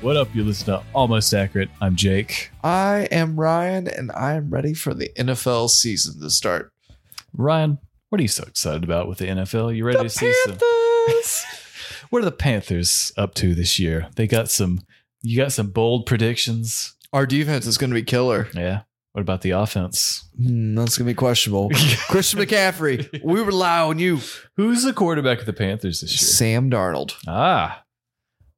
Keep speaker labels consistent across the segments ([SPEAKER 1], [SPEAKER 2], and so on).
[SPEAKER 1] What up? You listen to Almost Accurate. I'm Jake.
[SPEAKER 2] I am Ryan, and I am ready for the NFL season to start.
[SPEAKER 1] Ryan, what are you so excited about with the NFL? You ready to see
[SPEAKER 2] Panthers!
[SPEAKER 1] some? What are the Panthers up to this year? They got some. You got some bold predictions.
[SPEAKER 2] Our defense is going to be killer.
[SPEAKER 1] Yeah. What about the offense?
[SPEAKER 2] Hmm, that's going to be questionable. Christian McCaffrey, we rely on you.
[SPEAKER 1] Who's the quarterback of the Panthers this year?
[SPEAKER 2] Sam Darnold.
[SPEAKER 1] Ah,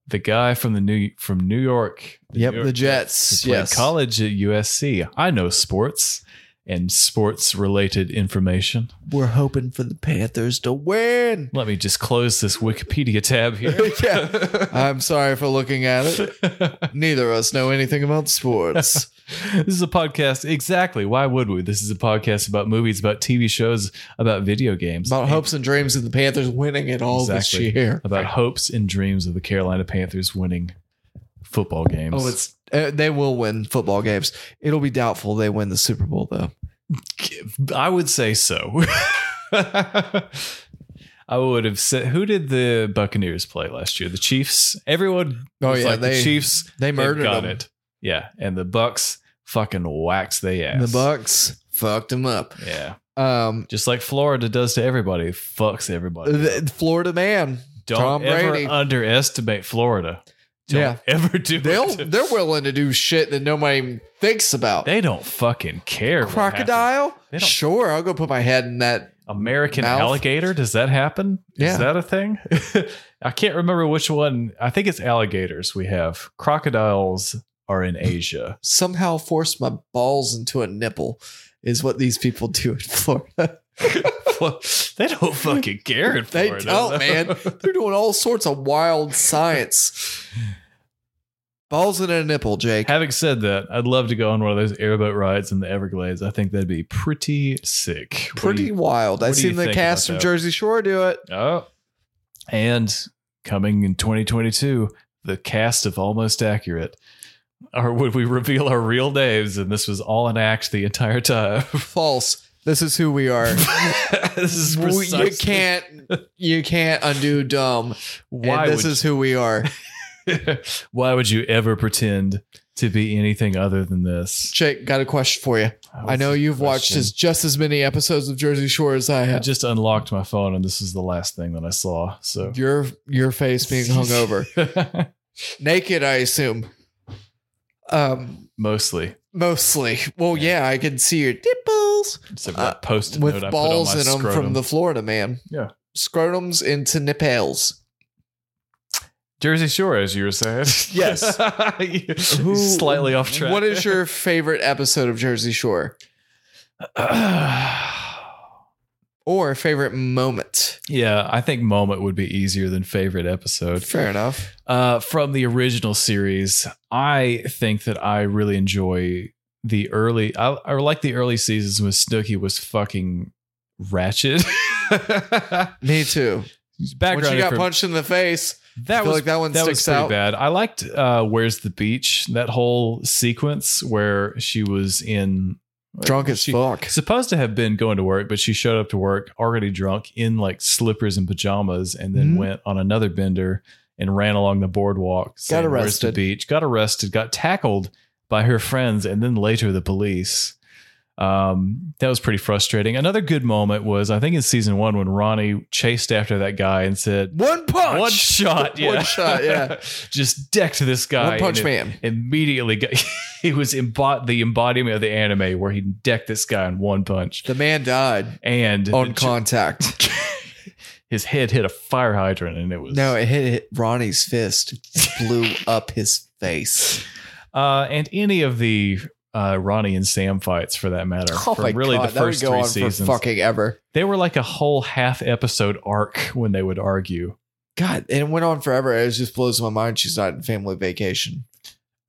[SPEAKER 1] the guy from the new from New York.
[SPEAKER 2] yep,
[SPEAKER 1] New York
[SPEAKER 2] the
[SPEAKER 1] He
[SPEAKER 2] Jets.
[SPEAKER 1] played
[SPEAKER 2] Yes.
[SPEAKER 1] college at USC. I know sports and sports related information.
[SPEAKER 2] We're hoping for the Panthers to win.
[SPEAKER 1] Let me just close this Wikipedia tab here.
[SPEAKER 2] yeah. I'm sorry for looking at it. Neither of us know anything about sports.
[SPEAKER 1] this is a podcast. Exactly. Why would we? This is a podcast about movies, about TV shows, about video games,
[SPEAKER 2] about hopes and dreams of the Panthers winning it all
[SPEAKER 1] Exactly.
[SPEAKER 2] this year.
[SPEAKER 1] about hopes and dreams of the Carolina Panthers winning football games.
[SPEAKER 2] Oh, it's uh, they will win football games. It'll be doubtful they win the Super Bowl though.
[SPEAKER 1] I would say so. I would have said, who did the Buccaneers play last year? The Chiefs. Everyone.
[SPEAKER 2] Oh,
[SPEAKER 1] was
[SPEAKER 2] yeah,
[SPEAKER 1] like, the
[SPEAKER 2] they-
[SPEAKER 1] Chiefs.
[SPEAKER 2] they
[SPEAKER 1] they've
[SPEAKER 2] murdered
[SPEAKER 1] got
[SPEAKER 2] them.
[SPEAKER 1] it. Yeah, and the Bucks fucking waxed they ass.
[SPEAKER 2] The Bucks fucked them up.
[SPEAKER 1] Yeah,
[SPEAKER 2] Um,
[SPEAKER 1] just like Florida does to everybody, fucks everybody.
[SPEAKER 2] the Florida man,
[SPEAKER 1] Don't
[SPEAKER 2] Tom
[SPEAKER 1] ever
[SPEAKER 2] Brady.
[SPEAKER 1] underestimate Florida. Don't
[SPEAKER 2] Yeah.
[SPEAKER 1] ever do
[SPEAKER 2] They'll
[SPEAKER 1] it.
[SPEAKER 2] they're willing to do shit that nobody even thinks about.
[SPEAKER 1] They don't fucking care. what happened.
[SPEAKER 2] Crocodile,
[SPEAKER 1] They don't-
[SPEAKER 2] sure, I'll go put my head in that.
[SPEAKER 1] American
[SPEAKER 2] Mouth.
[SPEAKER 1] alligator. Does that happen?
[SPEAKER 2] Yeah.
[SPEAKER 1] Is that a thing? I can't remember which one. I think it's alligators we have. Crocodiles are in Asia.
[SPEAKER 2] Somehow force my balls into a nipple is what these people do in Florida.
[SPEAKER 1] they don't fucking care in
[SPEAKER 2] They
[SPEAKER 1] Florida.
[SPEAKER 2] don't, man. They're doing all sorts of wild science. Balls in a nipple, Jake.
[SPEAKER 1] Having said that, I'd love to go on one of those airboat rides in the Everglades. I think that'd be pretty sick. What do
[SPEAKER 2] Pretty
[SPEAKER 1] you-
[SPEAKER 2] wild.
[SPEAKER 1] what
[SPEAKER 2] I've
[SPEAKER 1] do you
[SPEAKER 2] seen the
[SPEAKER 1] think about
[SPEAKER 2] cast from
[SPEAKER 1] that?
[SPEAKER 2] Jersey Shore do it.
[SPEAKER 1] Oh. And coming in 2022, the cast of Almost Accurate. Or would we reveal our real names and this was all an act the entire time?
[SPEAKER 2] False. This is who we are.
[SPEAKER 1] this is
[SPEAKER 2] We-
[SPEAKER 1] precisely
[SPEAKER 2] you can't you can't undo dumb.
[SPEAKER 1] Why
[SPEAKER 2] and this
[SPEAKER 1] would,
[SPEAKER 2] is who we are.
[SPEAKER 1] why would you ever pretend to be anything other than this?
[SPEAKER 2] Jake, got a question for you. I know you've watched as, just as many episodes of Jersey Shore as I
[SPEAKER 1] I
[SPEAKER 2] have.
[SPEAKER 1] just unlocked my phone and this is the last thing that I saw. So
[SPEAKER 2] your your face being hungover, naked, I assume. Um,
[SPEAKER 1] mostly.
[SPEAKER 2] mostly. Well, yeah, I can see your nipples
[SPEAKER 1] It's a
[SPEAKER 2] Uh,
[SPEAKER 1] post
[SPEAKER 2] with
[SPEAKER 1] note
[SPEAKER 2] balls
[SPEAKER 1] I put
[SPEAKER 2] in
[SPEAKER 1] on my
[SPEAKER 2] them
[SPEAKER 1] scrotum.
[SPEAKER 2] from the Florida man.
[SPEAKER 1] Yeah.
[SPEAKER 2] scrotums into nipples.
[SPEAKER 1] Jersey Shore, as you were saying.
[SPEAKER 2] Yes.
[SPEAKER 1] You- slightly off track.
[SPEAKER 2] What is your favorite episode of Jersey Shore or favorite moment?
[SPEAKER 1] yeah, I think moment would be easier than favorite episode.
[SPEAKER 2] Fair enough.
[SPEAKER 1] Uh, from the original series, I think that I really enjoy the early. I, I like the early seasons when Snooki was fucking ratchet.
[SPEAKER 2] Me too. When she
[SPEAKER 1] Background
[SPEAKER 2] got
[SPEAKER 1] inform-
[SPEAKER 2] punched in the face, I
[SPEAKER 1] That
[SPEAKER 2] feel
[SPEAKER 1] was
[SPEAKER 2] like that one
[SPEAKER 1] that was
[SPEAKER 2] sticks
[SPEAKER 1] pretty
[SPEAKER 2] out.
[SPEAKER 1] bad. I liked uh, "Where's the Beach." That whole sequence where she was in
[SPEAKER 2] drunk as
[SPEAKER 1] she-
[SPEAKER 2] fuck.
[SPEAKER 1] supposed to have been going to work, but she showed up to work already drunk in like slippers and pajamas, and then
[SPEAKER 2] Mhm.
[SPEAKER 1] went on another bender and ran along the boardwalk. saying, "Where's the
[SPEAKER 2] arrested."
[SPEAKER 1] beach. Got arrested. Got tackled by her friends, and then later the police. Um, that was pretty frustrating. Another good moment was I think in season one when Ronnie chased after that guy and said,
[SPEAKER 2] One punch.
[SPEAKER 1] "One shot, yeah,
[SPEAKER 2] One shot, yeah.
[SPEAKER 1] just decked this guy."
[SPEAKER 2] One punch
[SPEAKER 1] and it-
[SPEAKER 2] man.
[SPEAKER 1] Immediately, got, he was embod- the embodiment of the anime where he decked this guy in one punch,
[SPEAKER 2] The man died
[SPEAKER 1] and the
[SPEAKER 2] on
[SPEAKER 1] ch-
[SPEAKER 2] contact.
[SPEAKER 1] his head hit a fire hydrant, and it was
[SPEAKER 2] No, it hit, hit Ronnie's fist, blew up his face.
[SPEAKER 1] Uh, and any of the uh, Ronnie and Sam fights, for that matter,
[SPEAKER 2] Oh my
[SPEAKER 1] from really
[SPEAKER 2] god,
[SPEAKER 1] the first
[SPEAKER 2] that would go
[SPEAKER 1] three
[SPEAKER 2] on
[SPEAKER 1] seasons,
[SPEAKER 2] for fucking ever.
[SPEAKER 1] they were like a whole half episode arc when they would argue.
[SPEAKER 2] God, and it went on forever. It just blows my mind. She's not in family vacation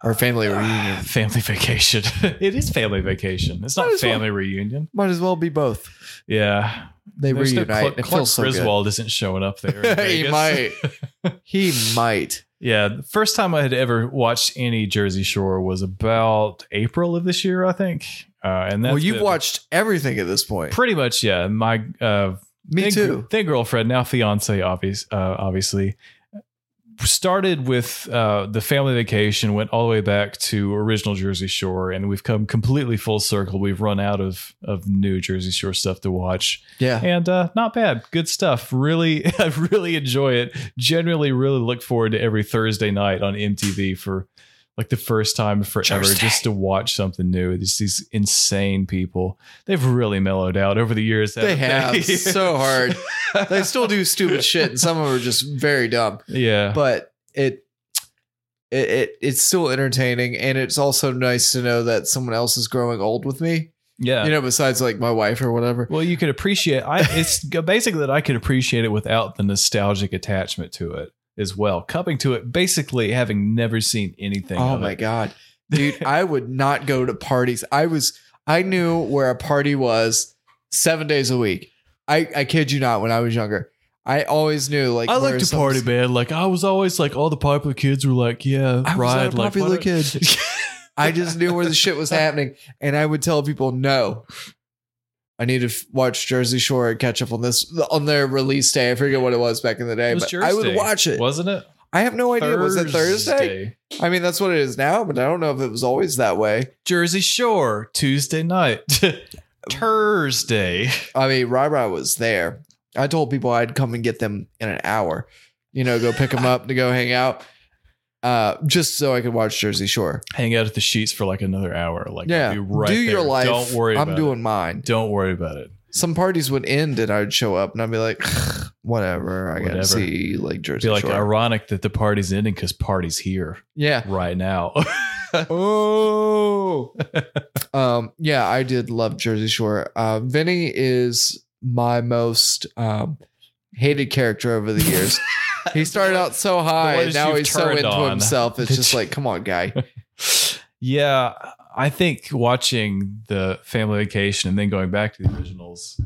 [SPEAKER 2] or family reunion.
[SPEAKER 1] family vacation. it is family vacation. It's not
[SPEAKER 2] Might as well.
[SPEAKER 1] family reunion.
[SPEAKER 2] Might as well be both.
[SPEAKER 1] Yeah,
[SPEAKER 2] They
[SPEAKER 1] There's no
[SPEAKER 2] reunite.
[SPEAKER 1] Clark,
[SPEAKER 2] it
[SPEAKER 1] Clark
[SPEAKER 2] feels so good.
[SPEAKER 1] Griswold isn't showing up there. in
[SPEAKER 2] he
[SPEAKER 1] Vegas.
[SPEAKER 2] might. He might.
[SPEAKER 1] Yeah, the first time I had ever watched any Jersey Shore was about April of this year, I think. Uh, and that's
[SPEAKER 2] well, you've
[SPEAKER 1] been-
[SPEAKER 2] watched everything at this point.
[SPEAKER 1] pretty much, yeah. My uh,
[SPEAKER 2] Me
[SPEAKER 1] thin,
[SPEAKER 2] too.
[SPEAKER 1] Thin girlfriend, now fiance, obvious, uh, obviously. Started with uh, the family vacation, went all the way back to original Jersey Shore, and we've come completely full circle. We've run out of of new Jersey Shore stuff to watch,
[SPEAKER 2] Yeah.
[SPEAKER 1] and uh, not bad, good stuff. Really, I really enjoy it. Generally, really look forward to every Thursday night on MTV for like the first time forever, just to watch something new. Just these insane people. They've really mellowed out over the years.
[SPEAKER 2] They
[SPEAKER 1] haven't
[SPEAKER 2] have so hard. They still do stupid shit, and some of them are just very dumb.
[SPEAKER 1] Yeah.
[SPEAKER 2] But it, it, it it's still entertaining, and it's also nice to know that someone else is growing old with me.
[SPEAKER 1] yeah.
[SPEAKER 2] You know, besides like my wife or whatever.
[SPEAKER 1] well, you could appreciate I it's basically that I could appreciate it without the nostalgic attachment to it as well. Coming to it basically having never seen anything.
[SPEAKER 2] Oh
[SPEAKER 1] of
[SPEAKER 2] my
[SPEAKER 1] it.
[SPEAKER 2] god, dude! I would not go to parties. I was, I knew where a party was seven days a week. I, I kid you not. When I was younger, I always knew like
[SPEAKER 1] I
[SPEAKER 2] where
[SPEAKER 1] like to
[SPEAKER 2] some-
[SPEAKER 1] party, man. Like I was always like all the popular kids were like, yeah,
[SPEAKER 2] I was not
[SPEAKER 1] ride, like,
[SPEAKER 2] a popular
[SPEAKER 1] what-
[SPEAKER 2] kid. I just knew where the shit was happening, and I would tell people no. I need to f- watch Jersey Shore and catch up on this on their release day. I forget what it was back in the day,
[SPEAKER 1] It was
[SPEAKER 2] but I would
[SPEAKER 1] Thursday,
[SPEAKER 2] watch it.
[SPEAKER 1] wasn't it?
[SPEAKER 2] I have no idea. Was it Thursday?
[SPEAKER 1] Thursday.
[SPEAKER 2] I mean, that's what it is now, but I don't know if it was always that way.
[SPEAKER 1] Jersey Shore Tuesday night. Thursday.
[SPEAKER 2] I mean, Rai Rai was there. I told people I'd come and get them in an hour, you know, go pick them up to go hang out, uh, just so I could watch Jersey Shore.
[SPEAKER 1] Hang out at the sheets for like another hour. Like
[SPEAKER 2] yeah,
[SPEAKER 1] be right
[SPEAKER 2] do your
[SPEAKER 1] there.
[SPEAKER 2] life.
[SPEAKER 1] Don't worry.
[SPEAKER 2] I'm
[SPEAKER 1] about
[SPEAKER 2] doing
[SPEAKER 1] It.
[SPEAKER 2] mine.
[SPEAKER 1] Don't worry about it.
[SPEAKER 2] Some parties would end, and I'd show up, and I'd be like, whatever. I
[SPEAKER 1] Whatever.
[SPEAKER 2] gotta see like
[SPEAKER 1] be
[SPEAKER 2] Jersey
[SPEAKER 1] like
[SPEAKER 2] Shore.
[SPEAKER 1] ironic that the party's ending because party's here
[SPEAKER 2] yeah.
[SPEAKER 1] right now.
[SPEAKER 2] Oh. um. Yeah, I did love Jersey Shore. Uh, Vinny is my most um, hated character over the years. He started out so high,
[SPEAKER 1] ones
[SPEAKER 2] and now
[SPEAKER 1] you've
[SPEAKER 2] he's so
[SPEAKER 1] turned
[SPEAKER 2] into
[SPEAKER 1] on.
[SPEAKER 2] himself. It's
[SPEAKER 1] Did
[SPEAKER 2] just
[SPEAKER 1] you-
[SPEAKER 2] like, come on, guy.
[SPEAKER 1] yeah, I think watching the family vacation and then going back to the originals,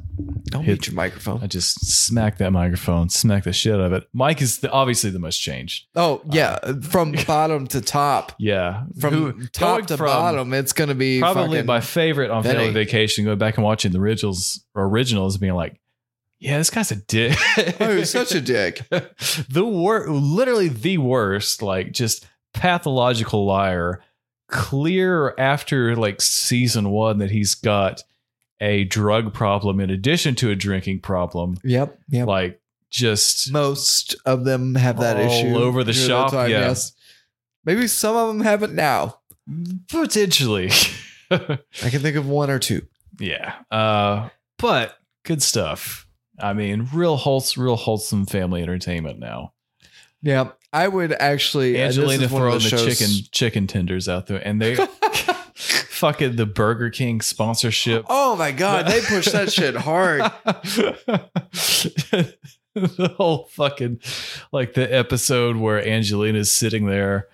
[SPEAKER 2] Don't
[SPEAKER 1] Hit-
[SPEAKER 2] hit your microphone.
[SPEAKER 1] I just smack that microphone, smack the shit out of it. Mike is the, obviously the most changed.
[SPEAKER 2] Oh yeah, from bottom to top,
[SPEAKER 1] Yeah,
[SPEAKER 2] from
[SPEAKER 1] Who-
[SPEAKER 2] top
[SPEAKER 1] going
[SPEAKER 2] to
[SPEAKER 1] from
[SPEAKER 2] bottom, it's gonna be
[SPEAKER 1] Probably
[SPEAKER 2] fucking-
[SPEAKER 1] my favorite on family
[SPEAKER 2] Vinny.
[SPEAKER 1] vacation. Going back and watching the originals, originals, and being like, yeah, this guy's a dick.
[SPEAKER 2] Oh, he was such a dick.
[SPEAKER 1] the wor- literally the worst, like just pathological liar. Clear after like season one that he's got a drug problem in addition to a drinking problem.
[SPEAKER 2] Yep. Yep.
[SPEAKER 1] Like just
[SPEAKER 2] Most of them have that
[SPEAKER 1] All
[SPEAKER 2] issue
[SPEAKER 1] over the
[SPEAKER 2] during
[SPEAKER 1] shop, yeah.
[SPEAKER 2] Maybe some of them have it now.
[SPEAKER 1] potentially,
[SPEAKER 2] I can think of one or two.
[SPEAKER 1] yeah. Uh, but good stuff. I mean, real wholesome, real wholesome family entertainment now.
[SPEAKER 2] Yeah, I would actually. uh, this
[SPEAKER 1] Angelina
[SPEAKER 2] is one of
[SPEAKER 1] throwing the,
[SPEAKER 2] those shows-
[SPEAKER 1] chicken chicken tenders out there, and they fucking the Burger King sponsorship.
[SPEAKER 2] Oh my god, they push that shit hard.
[SPEAKER 1] the whole fucking like the episode where Angelina's sitting there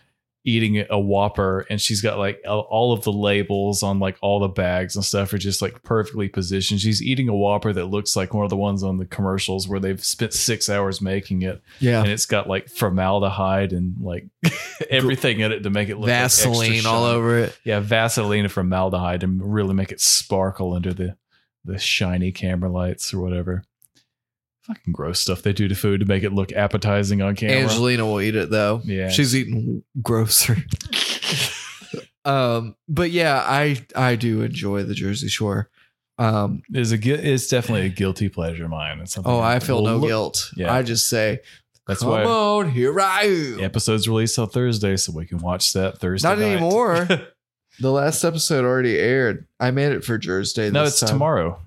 [SPEAKER 1] eating a Whopper, and she's got like all- all of the labels on like all the bags and stuff are just like perfectly positioned. She's eating a Whopper that looks like one of the ones on the commercials where they've spent six hours making it
[SPEAKER 2] Yeah,
[SPEAKER 1] and it's got like formaldehyde and like everything in it to make it look like extra shiny.
[SPEAKER 2] over it.
[SPEAKER 1] Yeah, Vaseline and formaldehyde and really make it sparkle under the the shiny camera lights or whatever. Fucking gross stuff they do to food to make it look appetizing on camera.
[SPEAKER 2] Angelina will eat it though.
[SPEAKER 1] Yeah.
[SPEAKER 2] she's eating grosser. Um, but yeah, I I do enjoy the Jersey Shore. Um,
[SPEAKER 1] It's a gui- it's definitely a guilty pleasure of mine. It's something
[SPEAKER 2] oh, I
[SPEAKER 1] that
[SPEAKER 2] feel
[SPEAKER 1] will
[SPEAKER 2] no
[SPEAKER 1] look-
[SPEAKER 2] guilt.
[SPEAKER 1] Yeah.
[SPEAKER 2] I just say,
[SPEAKER 1] That's
[SPEAKER 2] come
[SPEAKER 1] why
[SPEAKER 2] on, here I am.
[SPEAKER 1] the episodes released on Thursday, so we can watch that Thursday.
[SPEAKER 2] Not
[SPEAKER 1] night.
[SPEAKER 2] anymore. The last episode already aired. I made it for Thursday.
[SPEAKER 1] no,
[SPEAKER 2] this
[SPEAKER 1] it's
[SPEAKER 2] time.
[SPEAKER 1] tomorrow.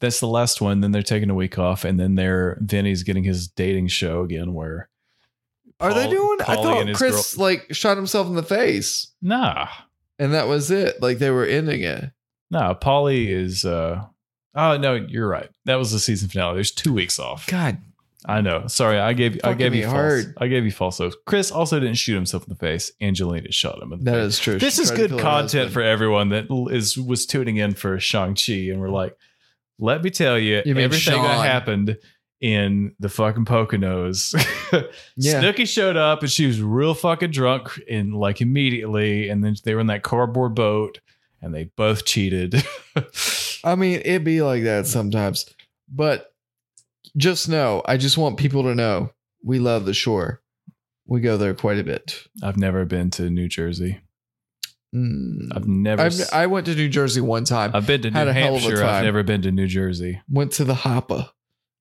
[SPEAKER 1] That's the last one. Then they're taking a week off, and then they're Vinny's getting his dating show again. Where
[SPEAKER 2] Are they
[SPEAKER 1] Paul-
[SPEAKER 2] doing?
[SPEAKER 1] Paulie
[SPEAKER 2] I
[SPEAKER 1] and
[SPEAKER 2] thought
[SPEAKER 1] his
[SPEAKER 2] Chris like shot himself in the face,
[SPEAKER 1] nah,
[SPEAKER 2] and that was it. Like they were ending it.
[SPEAKER 1] nah, Polly is. uh Oh no, you're right. That was the season finale. There's two weeks off.
[SPEAKER 2] God,
[SPEAKER 1] I know. Sorry, I gave I
[SPEAKER 2] Fucking
[SPEAKER 1] gave
[SPEAKER 2] me
[SPEAKER 1] you false.
[SPEAKER 2] hard.
[SPEAKER 1] I gave you false hopes. Chris also didn't shoot himself in the face. Angelina shot him in the
[SPEAKER 2] that
[SPEAKER 1] face.
[SPEAKER 2] is true.
[SPEAKER 1] this
[SPEAKER 2] She
[SPEAKER 1] is
[SPEAKER 2] tried to
[SPEAKER 1] good
[SPEAKER 2] kill her
[SPEAKER 1] content
[SPEAKER 2] husband.
[SPEAKER 1] for everyone that l- is was tuning in for Shang Chi, and we're like, let me tell you,
[SPEAKER 2] You mean
[SPEAKER 1] everything that
[SPEAKER 2] Sean.
[SPEAKER 1] happened in the fucking Poconos.
[SPEAKER 2] Yeah.
[SPEAKER 1] Snooki showed up and she was real fucking drunk and like immediately, and then they were in that cardboard boat and they both cheated.
[SPEAKER 2] I mean, it be like that sometimes, but just know. I just want people to know we love the shore. We go there quite a bit.
[SPEAKER 1] I've never been to New Jersey.
[SPEAKER 2] Mm.
[SPEAKER 1] I've never.
[SPEAKER 2] I've,
[SPEAKER 1] s-
[SPEAKER 2] I went to New Jersey one time.
[SPEAKER 1] I've been to
[SPEAKER 2] Had
[SPEAKER 1] New
[SPEAKER 2] a hell of a
[SPEAKER 1] Hampshire. I've
[SPEAKER 2] time.
[SPEAKER 1] never been to New Jersey.
[SPEAKER 2] went to the Hoppa.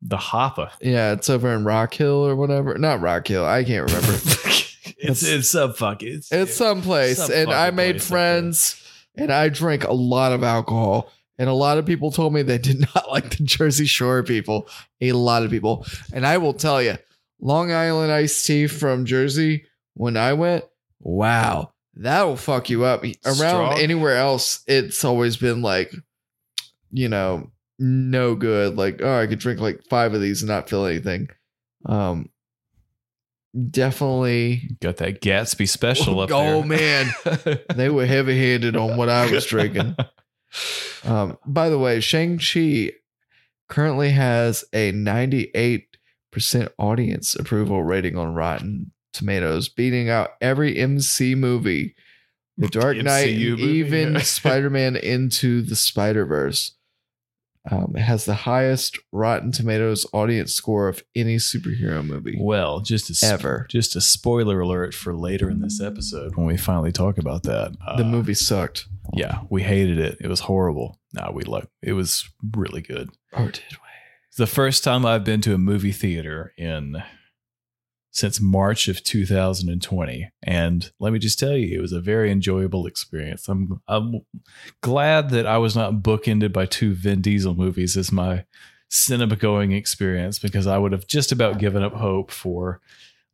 [SPEAKER 1] The Hoppa.
[SPEAKER 2] Yeah, it's over in Rock Hill or whatever. Not Rock Hill. I can't remember.
[SPEAKER 1] it's it's a fuck. It's
[SPEAKER 2] It's someplace,
[SPEAKER 1] Some
[SPEAKER 2] and I
[SPEAKER 1] fucking
[SPEAKER 2] made
[SPEAKER 1] place up there.
[SPEAKER 2] friends, and I drank a lot of alcohol. And a lot of people told me they did not like the Jersey Shore people. A lot of people, and I will tell you, Long Island iced tea from Jersey. When I went, wow, that will fuck you up. Around
[SPEAKER 1] Strong.
[SPEAKER 2] anywhere else, it's always been like, you know, no good. Like, oh, I could drink like five of these and not feel anything. Um, definitely.
[SPEAKER 1] got that Gatsby special up
[SPEAKER 2] oh
[SPEAKER 1] there.
[SPEAKER 2] man they were heavy handed on what I was drinking. Um, by the way, Shang-Chi currently has a 98% audience approval rating on Rotten Tomatoes, beating out every MC movie, The Dark Knight, and
[SPEAKER 1] MCU movie,
[SPEAKER 2] even
[SPEAKER 1] yeah.
[SPEAKER 2] Spider Man Into the Spider Verse. Um, it has the highest Rotten Tomatoes audience score of any superhero movie
[SPEAKER 1] Well, just a sp-
[SPEAKER 2] ever.
[SPEAKER 1] just a spoiler alert for later in this episode when we finally talk about that. Uh,
[SPEAKER 2] The movie sucked.
[SPEAKER 1] yeah, we hated it. It was horrible. Nah, we loved. It was really good.
[SPEAKER 2] Oh, did we?
[SPEAKER 1] It's the first time I've been to a movie theater in since March of 2020, and let me just tell you, it was a very enjoyable experience. I'm I'm glad that I was not bookended by two Vin Diesel movies as my cinema going experience because I would have just about given up hope for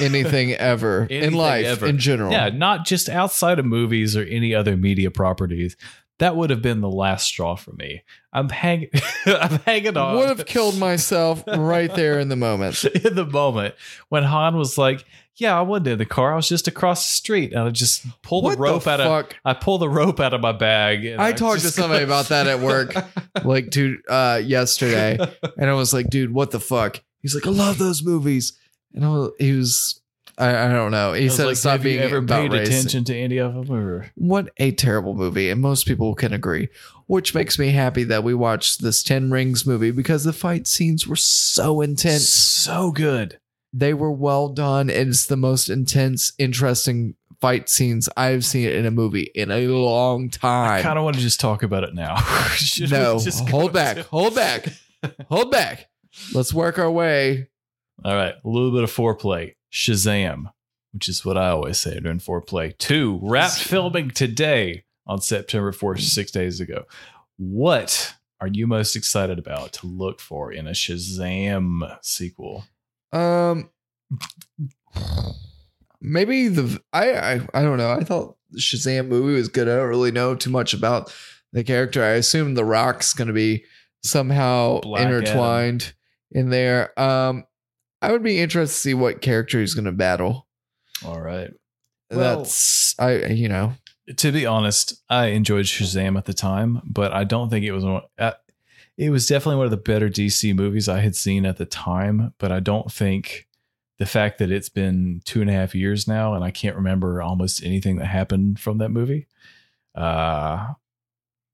[SPEAKER 2] Anything ever in
[SPEAKER 1] Anything
[SPEAKER 2] life
[SPEAKER 1] ever.
[SPEAKER 2] in general.
[SPEAKER 1] Yeah, not just outside of movies or any other media properties. That would have been the last straw for me. I'm hang I'm hanging on.
[SPEAKER 2] Would have killed myself right there in the moment.
[SPEAKER 1] in the moment when Han was like, "Yeah, I wasn't in the car. I was just across the street, and I just pulled the rope out of
[SPEAKER 2] fuck?
[SPEAKER 1] I pulled the rope out of my bag." and
[SPEAKER 2] I talked to
[SPEAKER 1] just-
[SPEAKER 2] somebody about that at work like dude uh yesterday and I was like, dude, what the fuck? He's like, I love those movies. And I was, he was I, I don't know. He
[SPEAKER 1] I was
[SPEAKER 2] said
[SPEAKER 1] like,
[SPEAKER 2] it's not
[SPEAKER 1] "Have you
[SPEAKER 2] being
[SPEAKER 1] ever
[SPEAKER 2] about
[SPEAKER 1] paid
[SPEAKER 2] race.
[SPEAKER 1] attention to any of them, or
[SPEAKER 2] What a terrible movie, and most people can agree. Which makes me happy that we watched this Ten Rings movie because the fight scenes were so intense.
[SPEAKER 1] so good.
[SPEAKER 2] They were well done, and it's the most intense, interesting fight scenes I've seen in a movie in a long
[SPEAKER 1] I
[SPEAKER 2] time.
[SPEAKER 1] kind of want to just talk about it now. Should we
[SPEAKER 2] No,
[SPEAKER 1] just go
[SPEAKER 2] hold back,
[SPEAKER 1] to-
[SPEAKER 2] hold back. Hold back. Let's work our way.
[SPEAKER 1] All right, a little bit of foreplay. Shazam, which is what I always say during foreplay. Two, wrapped filming today on September 4th, six days ago. What are you most excited about to look for in a Shazam sequel?
[SPEAKER 2] Um, maybe the I I, I don't know. I thought the Shazam movie was good. I don't really know too much about the character. I assume The Rock's going to be somehow
[SPEAKER 1] Black
[SPEAKER 2] intertwined in there. Um, I would be interested to see what character he's going to battle.
[SPEAKER 1] All right. Well-
[SPEAKER 2] That's I you know
[SPEAKER 1] To be honest, I enjoyed Shazam at the time, but I don't think it was one. Uh, it was definitely one of the better DC movies I had seen at the time, but I don't think the fact that it's been two and a half years now and I can't remember almost anything that happened from that movie. Uh,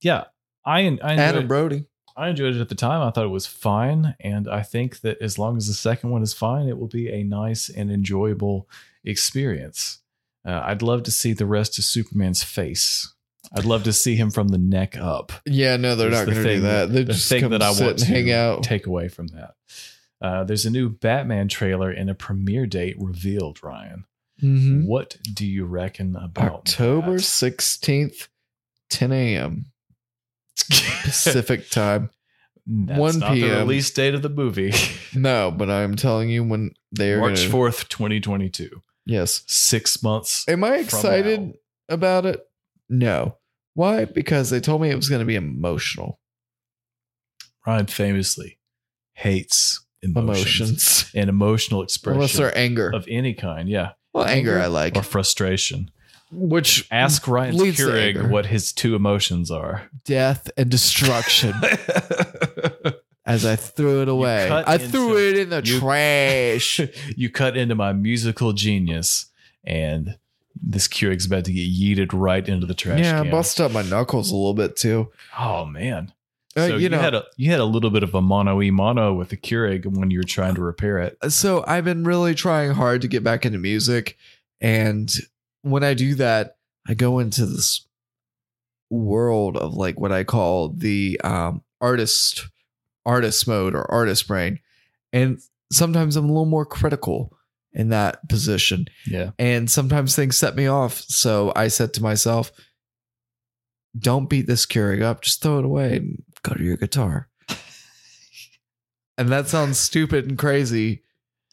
[SPEAKER 1] yeah, I en- I
[SPEAKER 2] Adam
[SPEAKER 1] enjoyed,
[SPEAKER 2] Brody.
[SPEAKER 1] I enjoyed it at the time. I thought it was fine, and I think that as long as the second one is fine, it will be a nice and enjoyable experience. Uh, I'd love to see the rest of Superman's face. I'd love to see him from the neck up.
[SPEAKER 2] Yeah, no, they're
[SPEAKER 1] It's
[SPEAKER 2] not
[SPEAKER 1] the
[SPEAKER 2] going to do
[SPEAKER 1] thing-
[SPEAKER 2] that. They're
[SPEAKER 1] the
[SPEAKER 2] just
[SPEAKER 1] thing
[SPEAKER 2] come
[SPEAKER 1] that I
[SPEAKER 2] sit
[SPEAKER 1] want to
[SPEAKER 2] and hang out.
[SPEAKER 1] Take away from that. Uh, there's a new Batman trailer and a premiere date revealed, Ryan.
[SPEAKER 2] Mhm.
[SPEAKER 1] What do you reckon about
[SPEAKER 2] October
[SPEAKER 1] that?
[SPEAKER 2] sixteenth, ten a.m. Pacific time.
[SPEAKER 1] That's
[SPEAKER 2] 1
[SPEAKER 1] not the
[SPEAKER 2] p.m..
[SPEAKER 1] release date of the movie.
[SPEAKER 2] No, but I'm telling you when they are.
[SPEAKER 1] March
[SPEAKER 2] gonna-
[SPEAKER 1] 4th, 2022.
[SPEAKER 2] Yes.
[SPEAKER 1] Six months.
[SPEAKER 2] Am I
[SPEAKER 1] from
[SPEAKER 2] excited
[SPEAKER 1] now.
[SPEAKER 2] about it? No. Why? Because they told me it was going to be emotional.
[SPEAKER 1] Ryan famously hates emotions,
[SPEAKER 2] Emotions.
[SPEAKER 1] and emotional expression
[SPEAKER 2] Unless they're anger.
[SPEAKER 1] of any kind. Yeah.
[SPEAKER 2] well, anger, I like.
[SPEAKER 1] Or frustration.
[SPEAKER 2] Which
[SPEAKER 1] Ask Ryan
[SPEAKER 2] Leads to anger.
[SPEAKER 1] Keurig what his two emotions are.
[SPEAKER 2] death and destruction as I threw it away.
[SPEAKER 1] cut
[SPEAKER 2] I threw
[SPEAKER 1] into-
[SPEAKER 2] it in the
[SPEAKER 1] you-
[SPEAKER 2] trash.
[SPEAKER 1] you cut into my musical genius, and this Keurig's about to get yeeted right into the trash
[SPEAKER 2] yeah, I
[SPEAKER 1] can.
[SPEAKER 2] busted up my knuckles a little bit too.
[SPEAKER 1] Oh man!
[SPEAKER 2] Uh,
[SPEAKER 1] so
[SPEAKER 2] you
[SPEAKER 1] you,
[SPEAKER 2] know-
[SPEAKER 1] had a you had a little bit of a mono e mono with the Keurig when you were trying to repair it.
[SPEAKER 2] So I've been really trying hard to get back into music. And when I do that, I go into this world of like what I call the um, artist artist mode or artist brain. And sometimes I'm a little more critical in that position.
[SPEAKER 1] Yeah,
[SPEAKER 2] and sometimes things set me off. So I said to myself, "Don't beat this Keurig up. Just throw it away and go to your guitar." and that sounds stupid and crazy,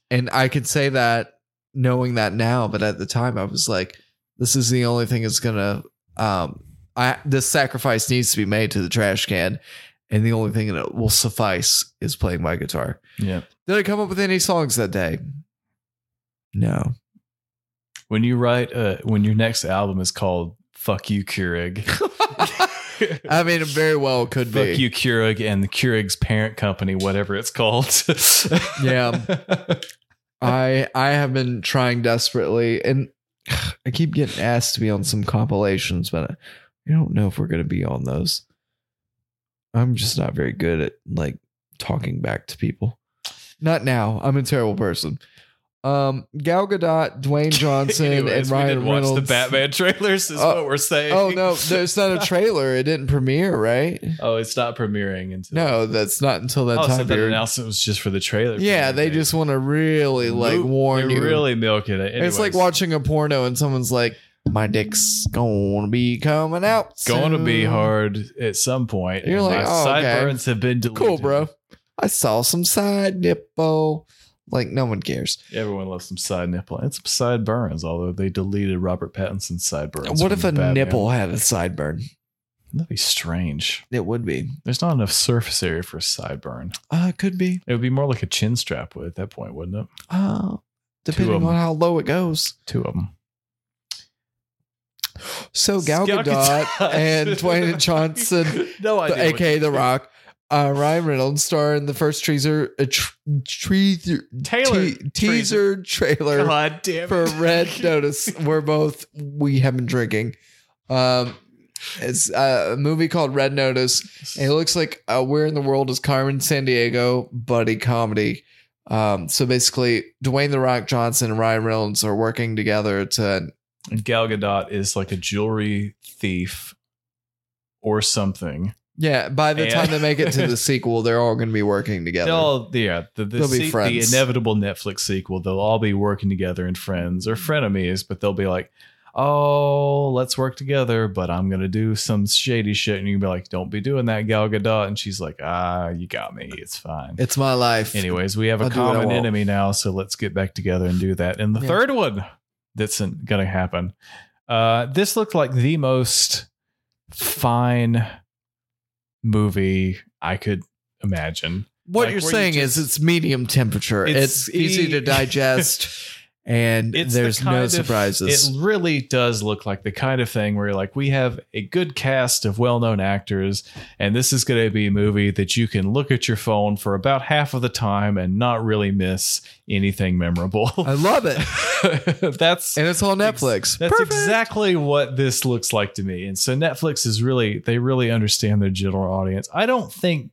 [SPEAKER 2] and I can say that knowing that now, but at the time I was like, "This is the only thing that's gonna." Um, I this sacrifice needs to be made to the trash can, and the only thing that will suffice is playing my guitar.
[SPEAKER 1] yeah.
[SPEAKER 2] Did I come up with any songs that day? No.
[SPEAKER 1] When you write, uh, when your next album is called "Fuck You Keurig,"
[SPEAKER 2] I mean, it very well could be.
[SPEAKER 1] "Fuck You Keurig" and the Keurig's parent company, whatever it's called.
[SPEAKER 2] Yeah. I I have been trying desperately, and I keep getting asked to be on some compilations, but I don't know if we're going to be on those. I'm just not very good at like talking back to people. Not now. I'm a terrible person. Um, Gal Gadot, Dwayne Johnson, and
[SPEAKER 1] Anyways, we
[SPEAKER 2] Ryan
[SPEAKER 1] did watch
[SPEAKER 2] Reynolds.
[SPEAKER 1] the Batman trailers, is
[SPEAKER 2] Oh,
[SPEAKER 1] what we're saying.
[SPEAKER 2] Oh no, there's not a trailer. It didn't premiere, right?
[SPEAKER 1] Oh, it's not premiering until
[SPEAKER 2] No, that's not until that
[SPEAKER 1] Oh, so
[SPEAKER 2] time
[SPEAKER 1] that
[SPEAKER 2] period.
[SPEAKER 1] announcement was just for the trailer.
[SPEAKER 2] Yeah,
[SPEAKER 1] premiere
[SPEAKER 2] they
[SPEAKER 1] date.
[SPEAKER 2] just want to really like
[SPEAKER 1] Nope,
[SPEAKER 2] warn
[SPEAKER 1] they're
[SPEAKER 2] you.
[SPEAKER 1] Really milking it.
[SPEAKER 2] It's like
[SPEAKER 1] Anyways,
[SPEAKER 2] watching a porno and someone's like, "My dick's gonna be coming out.
[SPEAKER 1] it's going to be
[SPEAKER 2] soon."
[SPEAKER 1] hard at some point.
[SPEAKER 2] You're
[SPEAKER 1] and
[SPEAKER 2] like,
[SPEAKER 1] my
[SPEAKER 2] "Oh, okay.
[SPEAKER 1] sideburns have been deleted.
[SPEAKER 2] Cool, bro. I saw some side nipple. Like no one cares.
[SPEAKER 1] Everyone loves some side nipple and some sideburns. Although they deleted Robert Pattinson's sideburns.
[SPEAKER 2] what
[SPEAKER 1] from
[SPEAKER 2] if a
[SPEAKER 1] Batman.
[SPEAKER 2] nipple had a sideburn?
[SPEAKER 1] That'd be strange.
[SPEAKER 2] It would be.
[SPEAKER 1] There's not enough surface area for a sideburn.
[SPEAKER 2] Uh, it could be.
[SPEAKER 1] It would be more like a chin strap would at that point, wouldn't it?
[SPEAKER 2] Uh,
[SPEAKER 1] of
[SPEAKER 2] depending
[SPEAKER 1] 'em.
[SPEAKER 2] on how low it goes.
[SPEAKER 1] Two of them.
[SPEAKER 2] So Gal
[SPEAKER 1] Gal
[SPEAKER 2] Gadot
[SPEAKER 1] Gadot.
[SPEAKER 2] and Dwayne Johnson
[SPEAKER 1] no
[SPEAKER 2] the,
[SPEAKER 1] idea. what-
[SPEAKER 2] aka The Rock. Uh, Ryan Reynolds star in the first teaser, a tr- treaser-
[SPEAKER 1] Taylor
[SPEAKER 2] te- teaser trailer
[SPEAKER 1] God damn it.
[SPEAKER 2] for Red Notice. We're both we have been drinking. Um, it's uh, a movie called Red Notice. And it looks like uh, Where in the World is Carmen San Diego buddy comedy. Um, so basically, Dwayne the Rock Johnson and Ryan Reynolds are working together to
[SPEAKER 1] Gal Gadot is like a jewelry thief or something.
[SPEAKER 2] yeah. By the
[SPEAKER 1] Yeah.
[SPEAKER 2] time they make it to the sequel, they're all going to be working together.
[SPEAKER 1] They'll yeah, the the,
[SPEAKER 2] They'll be
[SPEAKER 1] se- the
[SPEAKER 2] friends.
[SPEAKER 1] inevitable Netflix sequel. They'll all be working together and friends or frenemies, but they'll be like, "Oh, let's work together," but I'm gonna do some shady shit, and you can be like, "Don't be doing that, Gal Gadot," and she's like, "Ah, you got me. It's fine."
[SPEAKER 2] It's my life.
[SPEAKER 1] Anyways, we have a
[SPEAKER 2] I'll do what I
[SPEAKER 1] common
[SPEAKER 2] want.
[SPEAKER 1] enemy now, so let's get back together and do that. And the
[SPEAKER 2] Yeah.
[SPEAKER 1] third one that's n- gonna happen. Uh, this looked like the most fine movie I could imagine.
[SPEAKER 2] What
[SPEAKER 1] Like,
[SPEAKER 2] you're
[SPEAKER 1] where you
[SPEAKER 2] saying is it's medium temperature. It's,
[SPEAKER 1] It's
[SPEAKER 2] easy
[SPEAKER 1] the-
[SPEAKER 2] to digest, and
[SPEAKER 1] It's the
[SPEAKER 2] there's no
[SPEAKER 1] kind of-
[SPEAKER 2] surprises.
[SPEAKER 1] It really does look like the kind of thing where you're like, we have a good cast of well known actors, and this is going to be a movie that you can look at your phone for about half of the time and not really miss anything memorable.
[SPEAKER 2] I love it,
[SPEAKER 1] that's.
[SPEAKER 2] and it's on Netflix.
[SPEAKER 1] That's
[SPEAKER 2] Perfect.
[SPEAKER 1] exactly what this looks like to me. And so Netflix is really, they really understand their general audience. I don't think,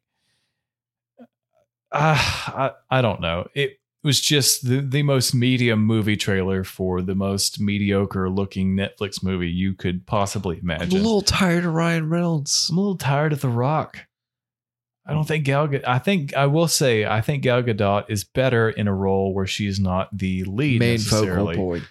[SPEAKER 1] uh, I, I don't know. It was just the, the most medium movie trailer for the most mediocre looking Netflix movie you could possibly
[SPEAKER 2] I'm a
[SPEAKER 1] imagine.
[SPEAKER 2] little tired of Ryan Reynolds.
[SPEAKER 1] I'm a little tired of The Rock. I don't think Gal Gadot. I think I will say I think Gal Gadot is better in a role where she's not the lead
[SPEAKER 2] Main focal
[SPEAKER 1] necessarily.
[SPEAKER 2] point.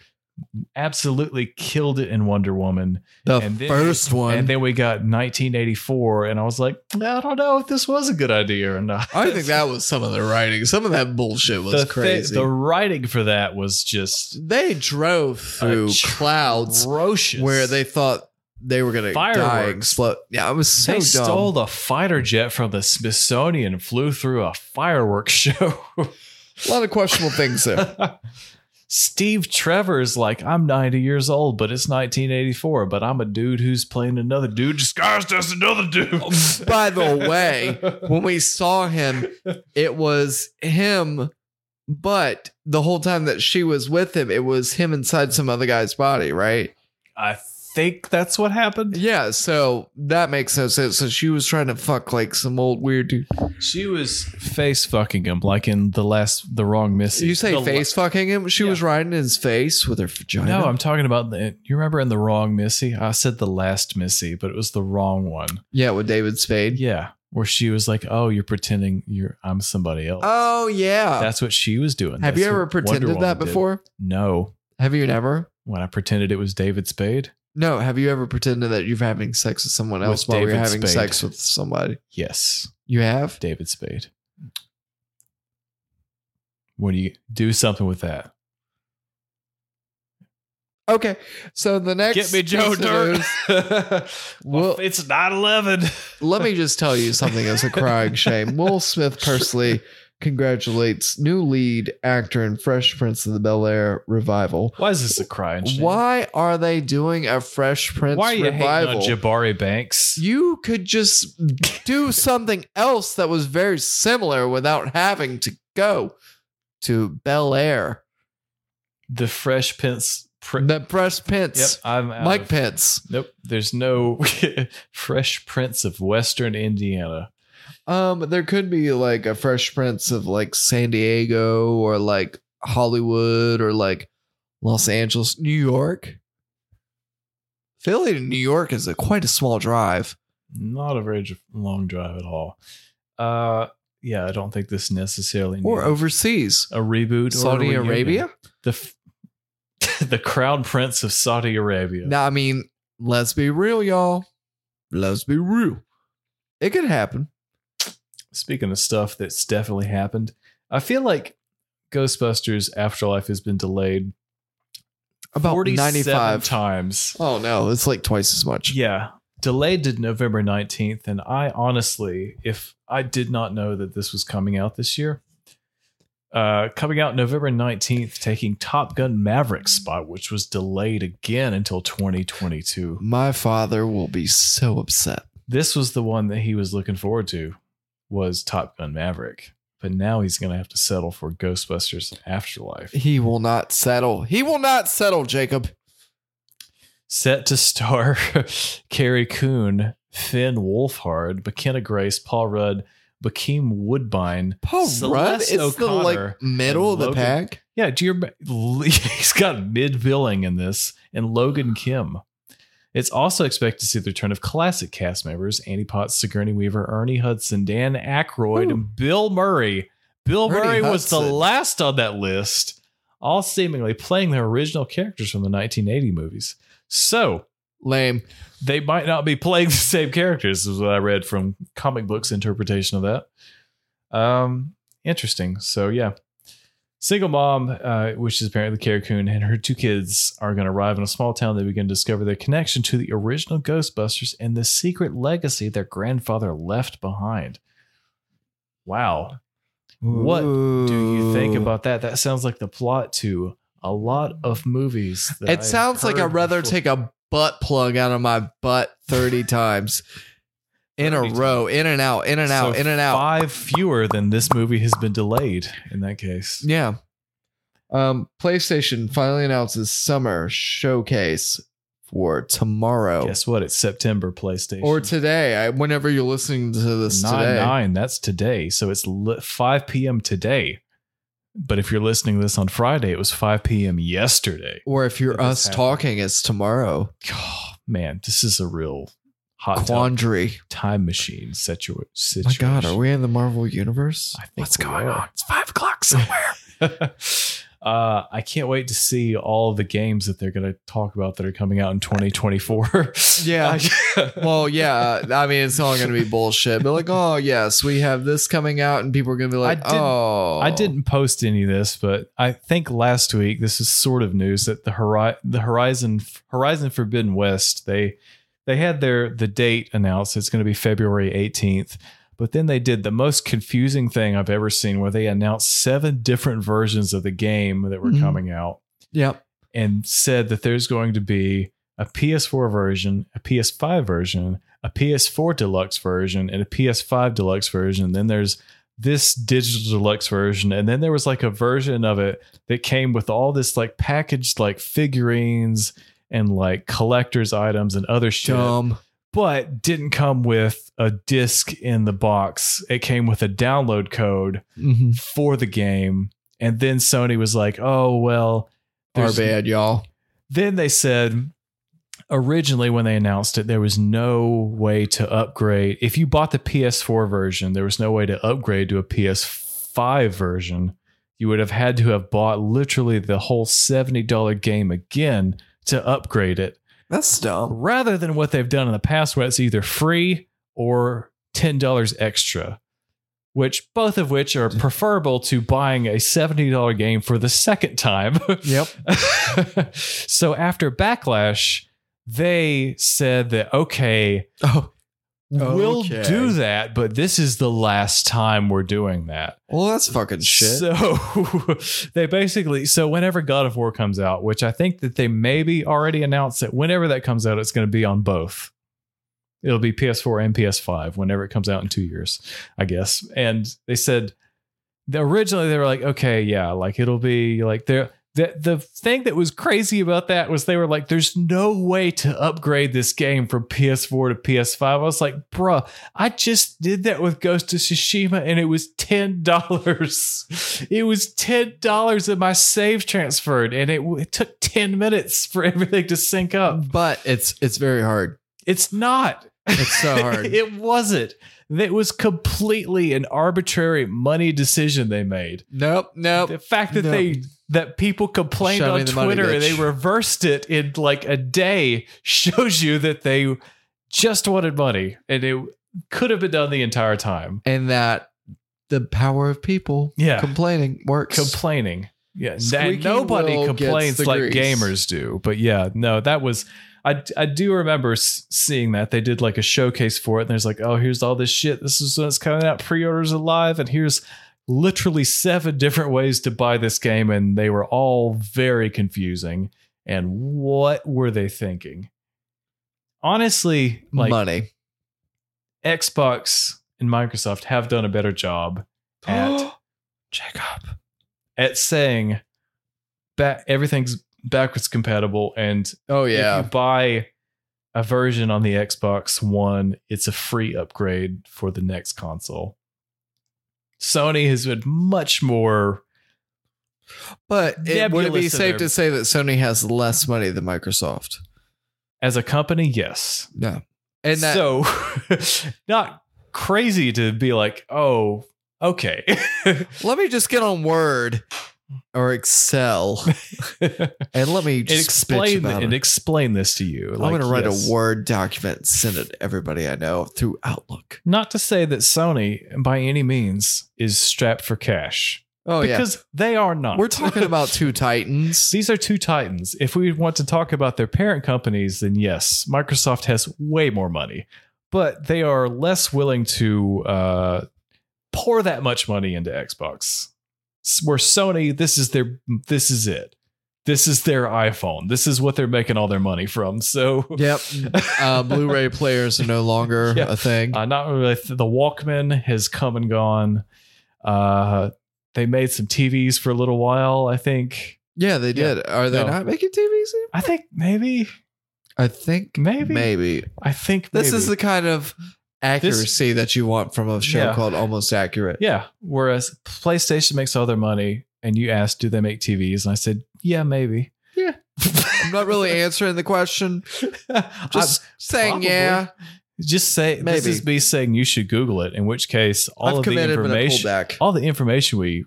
[SPEAKER 1] Absolutely killed it in Wonder Woman.
[SPEAKER 2] The
[SPEAKER 1] And then-
[SPEAKER 2] first one.
[SPEAKER 1] And then we got 1984, and I was like, I don't know if this was a good idea or not.
[SPEAKER 2] I think that was some of the writing. Some of that bullshit was
[SPEAKER 1] the, thi-
[SPEAKER 2] crazy.
[SPEAKER 1] the writing for that was just
[SPEAKER 2] they drove through clouds
[SPEAKER 1] ferocious.
[SPEAKER 2] where they thought they were gonna die. and
[SPEAKER 1] Fireworks.
[SPEAKER 2] Explode. Yeah, it was so
[SPEAKER 1] they
[SPEAKER 2] dumb.
[SPEAKER 1] stole the fighter jet from the Smithsonian and flew through a fireworks show.
[SPEAKER 2] a lot of questionable things there.
[SPEAKER 1] Steve Trevor's like, I'm 90 years old, but it's 1984, but I'm a dude who's playing another dude disguised as another dude.
[SPEAKER 2] By the way, when we saw him, it was him, but the whole time that she was with him, it was him inside some other guy's body, right?
[SPEAKER 1] I think that's what happened.
[SPEAKER 2] Yeah, so that makes no sense. So she was trying to fuck like some old weird dude.
[SPEAKER 1] She was face fucking him, like in the last, the wrong missing.
[SPEAKER 2] You say
[SPEAKER 1] The la-
[SPEAKER 2] face fucking him? She was riding his face with her vagina.
[SPEAKER 1] No, I'm talking about the. You remember in the wrong Missy? I said the last Missy, but it was the wrong one.
[SPEAKER 2] yeah, with David Spade.
[SPEAKER 1] Yeah, where she was like, "Oh, you're pretending you're I'm somebody else."
[SPEAKER 2] Oh yeah.
[SPEAKER 1] That's what she was doing.
[SPEAKER 2] Have
[SPEAKER 1] That's
[SPEAKER 2] you ever
[SPEAKER 1] what Wonder
[SPEAKER 2] pretended that
[SPEAKER 1] Woman did.
[SPEAKER 2] before?
[SPEAKER 1] No.
[SPEAKER 2] Have you never?
[SPEAKER 1] When I pretended it was David Spade.
[SPEAKER 2] No. Have you ever pretended that you're having sex with someone
[SPEAKER 1] With
[SPEAKER 2] else while you're
[SPEAKER 1] David
[SPEAKER 2] having
[SPEAKER 1] Spade.
[SPEAKER 2] sex with somebody?
[SPEAKER 1] Yes,
[SPEAKER 2] You have?
[SPEAKER 1] David Spade. What do you do? Something with that?
[SPEAKER 2] Okay. So the next
[SPEAKER 1] Get me Joe
[SPEAKER 2] piece of
[SPEAKER 1] Dirt.
[SPEAKER 2] news-
[SPEAKER 1] well,
[SPEAKER 2] Well-
[SPEAKER 1] it's 9-11.
[SPEAKER 2] let me just tell you something as a crying shame. Will Smith personally congratulates new lead actor in Fresh Prince of the Bel Air revival.
[SPEAKER 1] Why is this a crying? shame?
[SPEAKER 2] Why are they doing a Fresh Prince
[SPEAKER 1] Why are you
[SPEAKER 2] revival?
[SPEAKER 1] hating on Jabari Banks?
[SPEAKER 2] you could just do something else that was very similar without having to go to Bel Air.
[SPEAKER 1] the Fresh Prince. Pr-
[SPEAKER 2] The Fresh
[SPEAKER 1] Yep,
[SPEAKER 2] Pence,
[SPEAKER 1] I'm out
[SPEAKER 2] Mike
[SPEAKER 1] of-
[SPEAKER 2] Pence.
[SPEAKER 1] Nope, there's no Fresh Prince of Western Indiana.
[SPEAKER 2] Um, there could be like a Fresh Prince of like San Diego or like Hollywood or like Los Angeles, New York. Philly to New York is a quite a small drive.
[SPEAKER 1] Not a very dr- long drive at all. Uh, yeah, I don't think this necessarily needs
[SPEAKER 2] Or overseas.
[SPEAKER 1] a reboot. or a
[SPEAKER 2] Saudi
[SPEAKER 1] reunion.
[SPEAKER 2] Arabia?
[SPEAKER 1] the f- the Crown Prince of Saudi Arabia.
[SPEAKER 2] Now, I mean, let's be real, y'all. Let's be real. It could happen.
[SPEAKER 1] Speaking of stuff that's definitely happened, I feel like Ghostbusters Afterlife has been delayed
[SPEAKER 2] About
[SPEAKER 1] 47
[SPEAKER 2] 95
[SPEAKER 1] times.
[SPEAKER 2] Oh no, it's like twice as much.
[SPEAKER 1] Yeah. Delayed to November 19th. And I honestly, if I did not know that this was coming out this year, uh, coming out November 19th, taking Top Gun Maverick spot, which was delayed again until 2022.
[SPEAKER 2] My father will be so upset.
[SPEAKER 1] This was the one that he was looking forward to was Top Gun Maverick. But now he's going to have to settle for Ghostbusters Afterlife.
[SPEAKER 2] He will not settle. He will not settle, Jacob.
[SPEAKER 1] Set to star Carrie Coon, Finn Wolfhard, McKenna Grace, Paul Rudd, Bakeem Woodbine.
[SPEAKER 2] Paul Rudd
[SPEAKER 1] Celeste
[SPEAKER 2] is the
[SPEAKER 1] O'Connor
[SPEAKER 2] like middle of
[SPEAKER 1] and
[SPEAKER 2] the
[SPEAKER 1] Logan-
[SPEAKER 2] pack.
[SPEAKER 1] Yeah, do you remember? He's got mid billing in this, and Logan Kim. It's also expected to see the return of classic cast members Annie Potts, Sigourney Weaver, Ernie Hudson, Dan Aykroyd, and Bill Murray. Bill Murray
[SPEAKER 2] Ernie
[SPEAKER 1] was the
[SPEAKER 2] Hudson.
[SPEAKER 1] last on that list, all seemingly playing their original characters from the 1980 movies. So
[SPEAKER 2] Lame.
[SPEAKER 1] they might not be playing the same characters, is what I read from comic books interpretation of that. Um, interesting. So yeah, single mom, uh, which is apparently Carrie Coon, and her two kids are going to arrive in a small town. They begin to discover their connection to the original Ghostbusters and the secret legacy their grandfather left behind. Wow, what do you think about that? That sounds like the plot to a lot of movies. that
[SPEAKER 2] It
[SPEAKER 1] I've
[SPEAKER 2] sounds like
[SPEAKER 1] heard
[SPEAKER 2] I'd rather
[SPEAKER 1] before.
[SPEAKER 2] take a butt plug out of my butt 30 times in a
[SPEAKER 1] 30
[SPEAKER 2] row, in and out, in and out,
[SPEAKER 1] So
[SPEAKER 2] in and out.
[SPEAKER 1] Five fewer than this movie has been delayed in that case.
[SPEAKER 2] Yeah. Um, PlayStation finally announces summer showcase for tomorrow
[SPEAKER 1] Guess what? It's September PlayStation.
[SPEAKER 2] or today. I, whenever you're listening to this
[SPEAKER 1] nine
[SPEAKER 2] today,
[SPEAKER 1] nine. That's today. So it's li- five p.m. today. But if you're listening to this on Friday, it was 5 p.m. yesterday.
[SPEAKER 2] Or if you're
[SPEAKER 1] If this
[SPEAKER 2] us
[SPEAKER 1] happened.
[SPEAKER 2] talking, it's tomorrow.
[SPEAKER 1] Oh, man, this is a real hot tub
[SPEAKER 2] Quandary.
[SPEAKER 1] time machine situa-
[SPEAKER 2] My
[SPEAKER 1] situation.
[SPEAKER 2] God, are we in the Marvel universe?
[SPEAKER 1] I think we are.
[SPEAKER 2] It's five o'clock somewhere.
[SPEAKER 1] uh, I can't wait to see all the games that they're going to talk about that are coming out in 2024.
[SPEAKER 2] Yeah.
[SPEAKER 1] Like-
[SPEAKER 2] well, yeah. I mean, it's all going to be bullshit. But like, oh yes, we have this coming out, and people are going to be like,
[SPEAKER 1] I didn't-
[SPEAKER 2] oh,
[SPEAKER 1] I didn't post any of this, but I think last week this is sort of news that the Hori- the Horizon Horizon Forbidden West they they had their the date announced. It's going to be February 18th, but then they did the most confusing thing I've ever seen, where they announced seven different versions of the game that were
[SPEAKER 2] Mhm.
[SPEAKER 1] coming out
[SPEAKER 2] Yep.
[SPEAKER 1] and said that there's going to be a PS4 version, a PS5 version, a PS4 deluxe version, and a PS5 deluxe version. Then there's this digital deluxe version, and then there was like a version of it that came with all this like packaged like figurines and like collectors items and other shit,
[SPEAKER 2] Dumb.
[SPEAKER 1] but didn't come with a disc in the box. It came with a download code
[SPEAKER 2] Mhm.
[SPEAKER 1] for the game, and then Sony was like, "Oh well."
[SPEAKER 2] Our
[SPEAKER 1] there's-
[SPEAKER 2] bad, y'all.
[SPEAKER 1] then they said originally when they announced it there was no way to upgrade if you bought the ps4 version there was no way to upgrade to a ps5 version you would have had to have bought literally the whole $70 game again to upgrade it
[SPEAKER 2] That's dumb.
[SPEAKER 1] rather than what they've done in the past where it's either free or $10 extra which both of which are preferable to buying a $70 game for the second time
[SPEAKER 2] Yep.
[SPEAKER 1] so after backlash they said that okay
[SPEAKER 2] Oh,
[SPEAKER 1] we'll
[SPEAKER 2] Okay.
[SPEAKER 1] do that but this is the last time we're doing that
[SPEAKER 2] well, that's fucking shit.
[SPEAKER 1] so they basically so whenever God of War comes out, which I think that they maybe already announced that whenever that comes out, it's going to be on both. It'll be PS4 and PS5 whenever it comes out in two years, I guess. And they said the- originally they were like, okay, yeah, like it'll be like there. The, the thing that was crazy about that was they were like, there's no way to upgrade this game from PS4 to PS5. I was like, bruh, I just did that with Ghost of Tsushima and it was $10. It was $10 of my save transferred and it, w- it took 10 minutes for everything to sync up.
[SPEAKER 2] But it's it's very hard.
[SPEAKER 1] It's not.
[SPEAKER 2] It's so hard.
[SPEAKER 1] it wasn't. It was completely an arbitrary money decision they made.
[SPEAKER 2] nope, nope.
[SPEAKER 1] The fact that
[SPEAKER 2] No.
[SPEAKER 1] they that people complained
[SPEAKER 2] Show me
[SPEAKER 1] on
[SPEAKER 2] the money,
[SPEAKER 1] Twitter and they
[SPEAKER 2] bitch.
[SPEAKER 1] reversed it in like a day shows you that they just wanted money and it could have been done the entire time.
[SPEAKER 2] and that the power of people
[SPEAKER 1] Yeah.
[SPEAKER 2] complaining works.
[SPEAKER 1] complaining. Yeah, that
[SPEAKER 2] Squeaky
[SPEAKER 1] nobody
[SPEAKER 2] wheel
[SPEAKER 1] complains
[SPEAKER 2] gets the
[SPEAKER 1] like
[SPEAKER 2] grease.
[SPEAKER 1] gamers do. But yeah, no, that was I. I do remember s- seeing that they did like a showcase for it, and there's like, oh, here's all this shit. This is when it's coming out. Pre-orders alive, and here's literally seven different ways to buy this game, and they were all very confusing. And what were they thinking? Honestly, like
[SPEAKER 2] Money.
[SPEAKER 1] Xbox and Microsoft have done a better job at
[SPEAKER 2] Jacob.
[SPEAKER 1] at saying that everything's backwards compatible and
[SPEAKER 2] Oh
[SPEAKER 1] if
[SPEAKER 2] yeah.
[SPEAKER 1] you buy a version on the Xbox One, it's a free upgrade for the next console. Sony has been much more
[SPEAKER 2] But it, would it
[SPEAKER 1] nebulous
[SPEAKER 2] be
[SPEAKER 1] in
[SPEAKER 2] safe
[SPEAKER 1] there.
[SPEAKER 2] to say that Sony has less money than Microsoft?
[SPEAKER 1] as a company, yes.
[SPEAKER 2] No. And that
[SPEAKER 1] so not crazy to be like, oh, okay.
[SPEAKER 2] let me just get on Word or Excel and let me
[SPEAKER 1] and
[SPEAKER 2] just bitch
[SPEAKER 1] explain
[SPEAKER 2] about
[SPEAKER 1] and
[SPEAKER 2] it.
[SPEAKER 1] explain this to you.
[SPEAKER 2] I'm gonna write
[SPEAKER 1] yes.
[SPEAKER 2] a Word document and send it to everybody I know through Outlook.
[SPEAKER 1] Not to say that Sony, by any means, is strapped for cash
[SPEAKER 2] Oh
[SPEAKER 1] because they are
[SPEAKER 2] yeah.
[SPEAKER 1] not.
[SPEAKER 2] We're talking about two titans.
[SPEAKER 1] these are two titans. If we want to talk about their parent companies, then yes, Microsoft has way more money, but they are less willing to uh, pour that much money into Xbox. S- Where Sony, this is their, this is it. This is their iPhone. This is what they're making all their money from. So
[SPEAKER 2] Yep. Uh, Blu-ray players are no longer
[SPEAKER 1] Yeah.
[SPEAKER 2] a thing.
[SPEAKER 1] Uh, not really. The Walkman has come and gone. Uh, they made some TVs for a little while. I think.
[SPEAKER 2] Yeah, they
[SPEAKER 1] Yeah.
[SPEAKER 2] did. Are they
[SPEAKER 1] No.
[SPEAKER 2] not making TVs?
[SPEAKER 1] I think maybe.
[SPEAKER 2] I think
[SPEAKER 1] Maybe.
[SPEAKER 2] Maybe
[SPEAKER 1] I think
[SPEAKER 2] this
[SPEAKER 1] maybe.
[SPEAKER 2] is the kind of accuracy that you want from a show
[SPEAKER 1] Yeah.
[SPEAKER 2] called Almost Accurate.
[SPEAKER 1] yeah. Whereas PlayStation makes all their money. and you asked, do they make TVs? And I said, yeah, maybe.
[SPEAKER 2] Yeah. I'm not really answering the question. Just saying,
[SPEAKER 1] probably.
[SPEAKER 2] yeah.
[SPEAKER 1] Just say this
[SPEAKER 2] Maybe.
[SPEAKER 1] is me saying you should Google it. In which case, all
[SPEAKER 2] I've
[SPEAKER 1] of the
[SPEAKER 2] committed, but I pulled
[SPEAKER 1] information,
[SPEAKER 2] back.
[SPEAKER 1] all the information we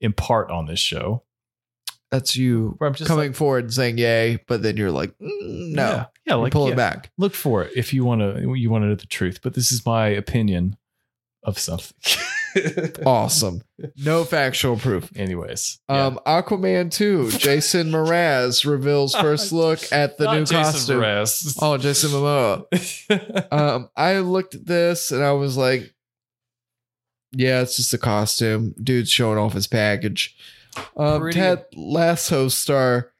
[SPEAKER 1] impart on this show,
[SPEAKER 2] That's you
[SPEAKER 1] where I'm just
[SPEAKER 2] coming
[SPEAKER 1] like,
[SPEAKER 2] forward and saying yay, but then you're like, mm, no,
[SPEAKER 1] yeah, yeah
[SPEAKER 2] You
[SPEAKER 1] like
[SPEAKER 2] pull
[SPEAKER 1] yeah.
[SPEAKER 2] it back.
[SPEAKER 1] Look for it if you want to. You want to know the truth, but this is my opinion of something.
[SPEAKER 2] Awesome. No factual proof.
[SPEAKER 1] Anyways, yeah.
[SPEAKER 2] Um, Aquaman 2, Jason Mraz reveals first look at the
[SPEAKER 1] Oh, Not
[SPEAKER 2] new
[SPEAKER 1] Jason
[SPEAKER 2] costume.
[SPEAKER 1] Mraz.
[SPEAKER 2] Oh, Jason Momoa. um, I looked at this and I was like, yeah, it's just a costume. Dude's showing off his package. Um,
[SPEAKER 1] Pretty-
[SPEAKER 2] Ted Lasso star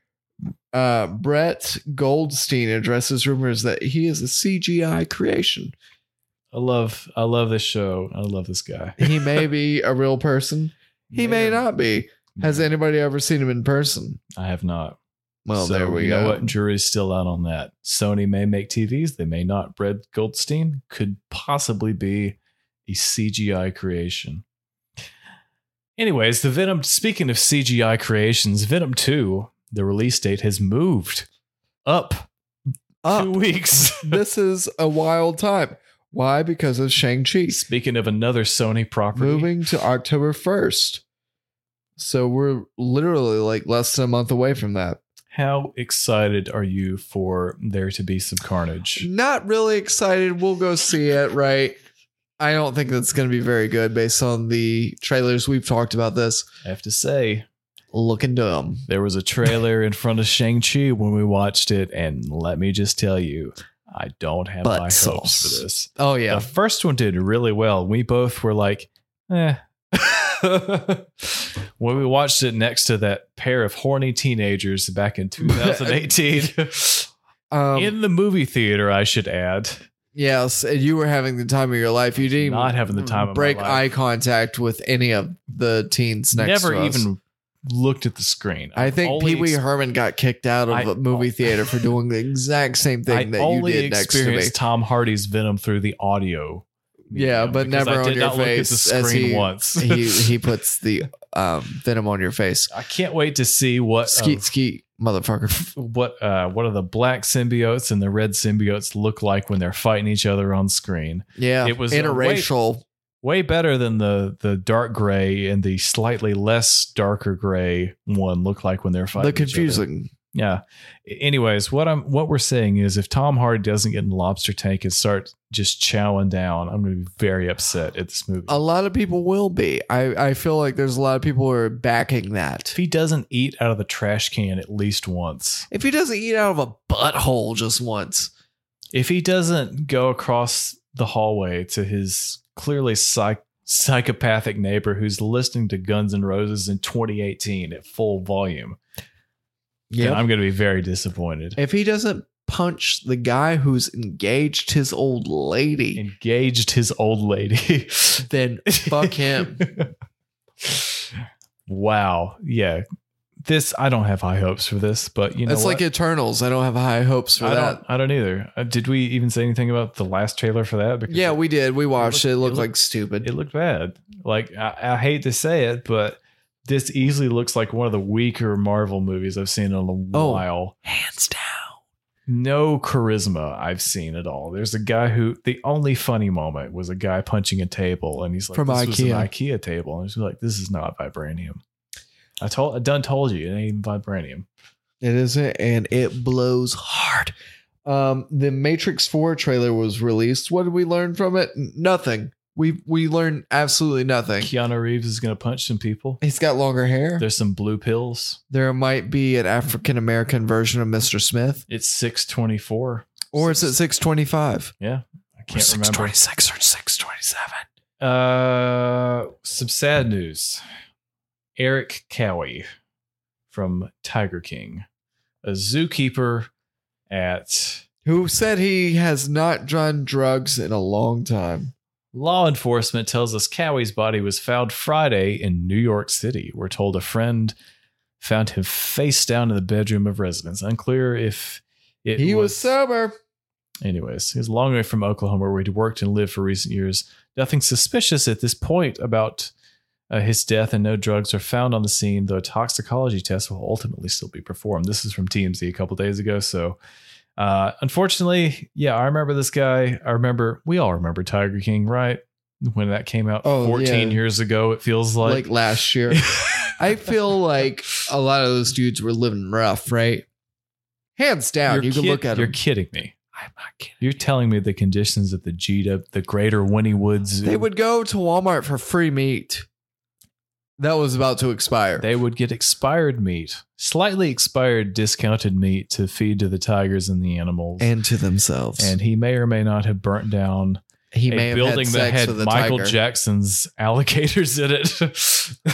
[SPEAKER 2] uh, Brett Goldstein addresses rumors that he is a CGI creation.
[SPEAKER 1] I love I love this show. I love this guy.
[SPEAKER 2] He may be a real person, he may
[SPEAKER 1] Man.
[SPEAKER 2] not be. Has anybody ever seen him in person?
[SPEAKER 1] I have not.
[SPEAKER 2] Well,
[SPEAKER 1] So
[SPEAKER 2] there we
[SPEAKER 1] you
[SPEAKER 2] go.
[SPEAKER 1] Know what? Jury's still out on that. Sony may make TVs. They may not. Brad Goldstein could possibly be a CGI creation. Anyways, the Venom. Speaking of CGI creations, Venom Two. The release date has moved up,
[SPEAKER 2] Up.
[SPEAKER 1] two weeks.
[SPEAKER 2] Uh, this is a wild time. Why? Because of Shang-Chi.
[SPEAKER 1] Speaking of another Sony property,
[SPEAKER 2] moving to October 1st. So we're literally like less than a month away from that.
[SPEAKER 1] how excited are you for there to be some carnage?
[SPEAKER 2] Not really excited. We'll go see it, right? I don't think that's going to be very good based on the trailers. We've talked about this.
[SPEAKER 1] I have to say,
[SPEAKER 2] Looking dumb.
[SPEAKER 1] There was a trailer in front of Shang-Chi when we watched it, and let me just tell you, I don't have
[SPEAKER 2] Butt
[SPEAKER 1] high hopes
[SPEAKER 2] sauce.
[SPEAKER 1] for this.
[SPEAKER 2] Oh,
[SPEAKER 1] The
[SPEAKER 2] yeah.
[SPEAKER 1] first one did really well. We both were like, eh. when we watched it next to that pair of horny teenagers back in 2018
[SPEAKER 2] Um,
[SPEAKER 1] in the movie theater, I should add.
[SPEAKER 2] yes. And you were having the time of your life. You didn't
[SPEAKER 1] Not having the time of my
[SPEAKER 2] break
[SPEAKER 1] life.
[SPEAKER 2] eye contact with any of the teens next
[SPEAKER 1] Never
[SPEAKER 2] to us.
[SPEAKER 1] even looked at the screen.
[SPEAKER 2] I
[SPEAKER 1] I've
[SPEAKER 2] think
[SPEAKER 1] only
[SPEAKER 2] Pee Wee Herman got kicked out of
[SPEAKER 1] I-
[SPEAKER 2] a movie theater for doing the exact same thing
[SPEAKER 1] I
[SPEAKER 2] that
[SPEAKER 1] only
[SPEAKER 2] you did next to me.
[SPEAKER 1] experienced Tom Hardy's Venom through the audio.
[SPEAKER 2] Yeah,
[SPEAKER 1] medium
[SPEAKER 2] but
[SPEAKER 1] because
[SPEAKER 2] never
[SPEAKER 1] I
[SPEAKER 2] on
[SPEAKER 1] did
[SPEAKER 2] your
[SPEAKER 1] not
[SPEAKER 2] face
[SPEAKER 1] Look at the
[SPEAKER 2] as
[SPEAKER 1] screen
[SPEAKER 2] he-
[SPEAKER 1] once.
[SPEAKER 2] he he puts the um, venom on your face.
[SPEAKER 1] I can't wait to see what
[SPEAKER 2] Skeet
[SPEAKER 1] of-
[SPEAKER 2] skeet, motherfucker.
[SPEAKER 1] what uh, what are the black symbiotes and the red symbiotes look like when they're fighting each other on screen.
[SPEAKER 2] Yeah,
[SPEAKER 1] It was a
[SPEAKER 2] interracial.
[SPEAKER 1] Way better than the the dark gray and the slightly less darker gray one look like when they're fighting.
[SPEAKER 2] The
[SPEAKER 1] each other.
[SPEAKER 2] confusing.
[SPEAKER 1] Yeah. Anyways, what I'm what we're saying is if Tom Hardy doesn't get in the lobster tank and start just chowing down, I'm going to be very upset at this movie.
[SPEAKER 2] A lot of people will be. I I feel like there's a lot of people who are backing that.
[SPEAKER 1] if he doesn't eat out of the trash can at least once,
[SPEAKER 2] If he doesn't eat out of a butthole just once,
[SPEAKER 1] if he doesn't go across the hallway to his clearly psych- psychopathic neighbor who's listening to Guns N' Roses in 2018 at full volume, then
[SPEAKER 2] yeah.
[SPEAKER 1] I'm going to be very disappointed.
[SPEAKER 2] If he doesn't punch the guy who's engaged his old lady,
[SPEAKER 1] Engaged his old lady.
[SPEAKER 2] then fuck him.
[SPEAKER 1] wow. Yeah. This I don't have high hopes for this, but you know
[SPEAKER 2] it's
[SPEAKER 1] what?
[SPEAKER 2] like Eternals. I don't have high hopes for
[SPEAKER 1] I
[SPEAKER 2] that.
[SPEAKER 1] don't. I don't either. Uh, did we even say anything about the last trailer for that? Because
[SPEAKER 2] Yeah, we did. We watched it. It looked,
[SPEAKER 1] looked-
[SPEAKER 2] like stupid.
[SPEAKER 1] it looked bad. Like I, I hate to say it, but this easily looks like one of the weaker Marvel movies I've seen in a
[SPEAKER 2] Oh.
[SPEAKER 1] while.
[SPEAKER 2] Hands down.
[SPEAKER 1] No charisma I've seen at all. There's a guy who the only funny moment was a guy punching a table, and he's like,
[SPEAKER 2] From
[SPEAKER 1] "This was an
[SPEAKER 2] IKEA.
[SPEAKER 1] IKEA table," and she's like, "This is not vibranium." I told, I done told you, it ain't even vibranium.
[SPEAKER 2] It isn't, and it blows hard. Um, the Matrix Four trailer was released. What did we learn from it? N- Nothing. We we learned absolutely nothing.
[SPEAKER 1] Keanu Reeves is gonna punch some people.
[SPEAKER 2] He's got longer hair.
[SPEAKER 1] There's some blue pills.
[SPEAKER 2] There might be an African American version of Mr. Smith,
[SPEAKER 1] It's six twenty four.
[SPEAKER 2] or is it six twenty five?
[SPEAKER 1] Yeah, I can't remember.
[SPEAKER 2] six or six twenty seven.
[SPEAKER 1] Uh, some sad news. Eric Cowie from Tiger King, a zookeeper at
[SPEAKER 2] Who said he has not done drugs in a long time?
[SPEAKER 1] law enforcement tells us Cowie's body was found Friday in New York City. We're told a friend found him face down in the bedroom of residence. Unclear if it
[SPEAKER 2] he was sober.
[SPEAKER 1] Anyways, he was a long way from Oklahoma, where he'd worked and lived for recent years. Nothing suspicious at this point about Uh, his death and no drugs are found on the scene, though a toxicology test will ultimately still be performed. This is from TMZ a couple days ago. So, uh, unfortunately, yeah, I remember this guy. I remember, we all remember Tiger King, right? When that came out
[SPEAKER 2] Oh,
[SPEAKER 1] 14
[SPEAKER 2] yeah.
[SPEAKER 1] years ago, it feels
[SPEAKER 2] like,
[SPEAKER 1] like.
[SPEAKER 2] last year. I feel like a lot of those dudes were living rough, right? Hands down,
[SPEAKER 1] You're
[SPEAKER 2] you can
[SPEAKER 1] kid-
[SPEAKER 2] look at
[SPEAKER 1] You're
[SPEAKER 2] them.
[SPEAKER 1] kidding me. I'm not kidding. You're telling me the conditions of the Gita, the greater Winnie Woods.
[SPEAKER 2] They would go to Walmart for free meat. That was about to expire.
[SPEAKER 1] they would get expired meat, slightly expired discounted meat to feed to the tigers and the animals.
[SPEAKER 2] and to themselves.
[SPEAKER 1] And he may or may not have burnt down
[SPEAKER 2] he
[SPEAKER 1] a
[SPEAKER 2] may have
[SPEAKER 1] building
[SPEAKER 2] had
[SPEAKER 1] that
[SPEAKER 2] sex
[SPEAKER 1] had
[SPEAKER 2] with a
[SPEAKER 1] Michael
[SPEAKER 2] tiger.
[SPEAKER 1] Jackson's alligators in it.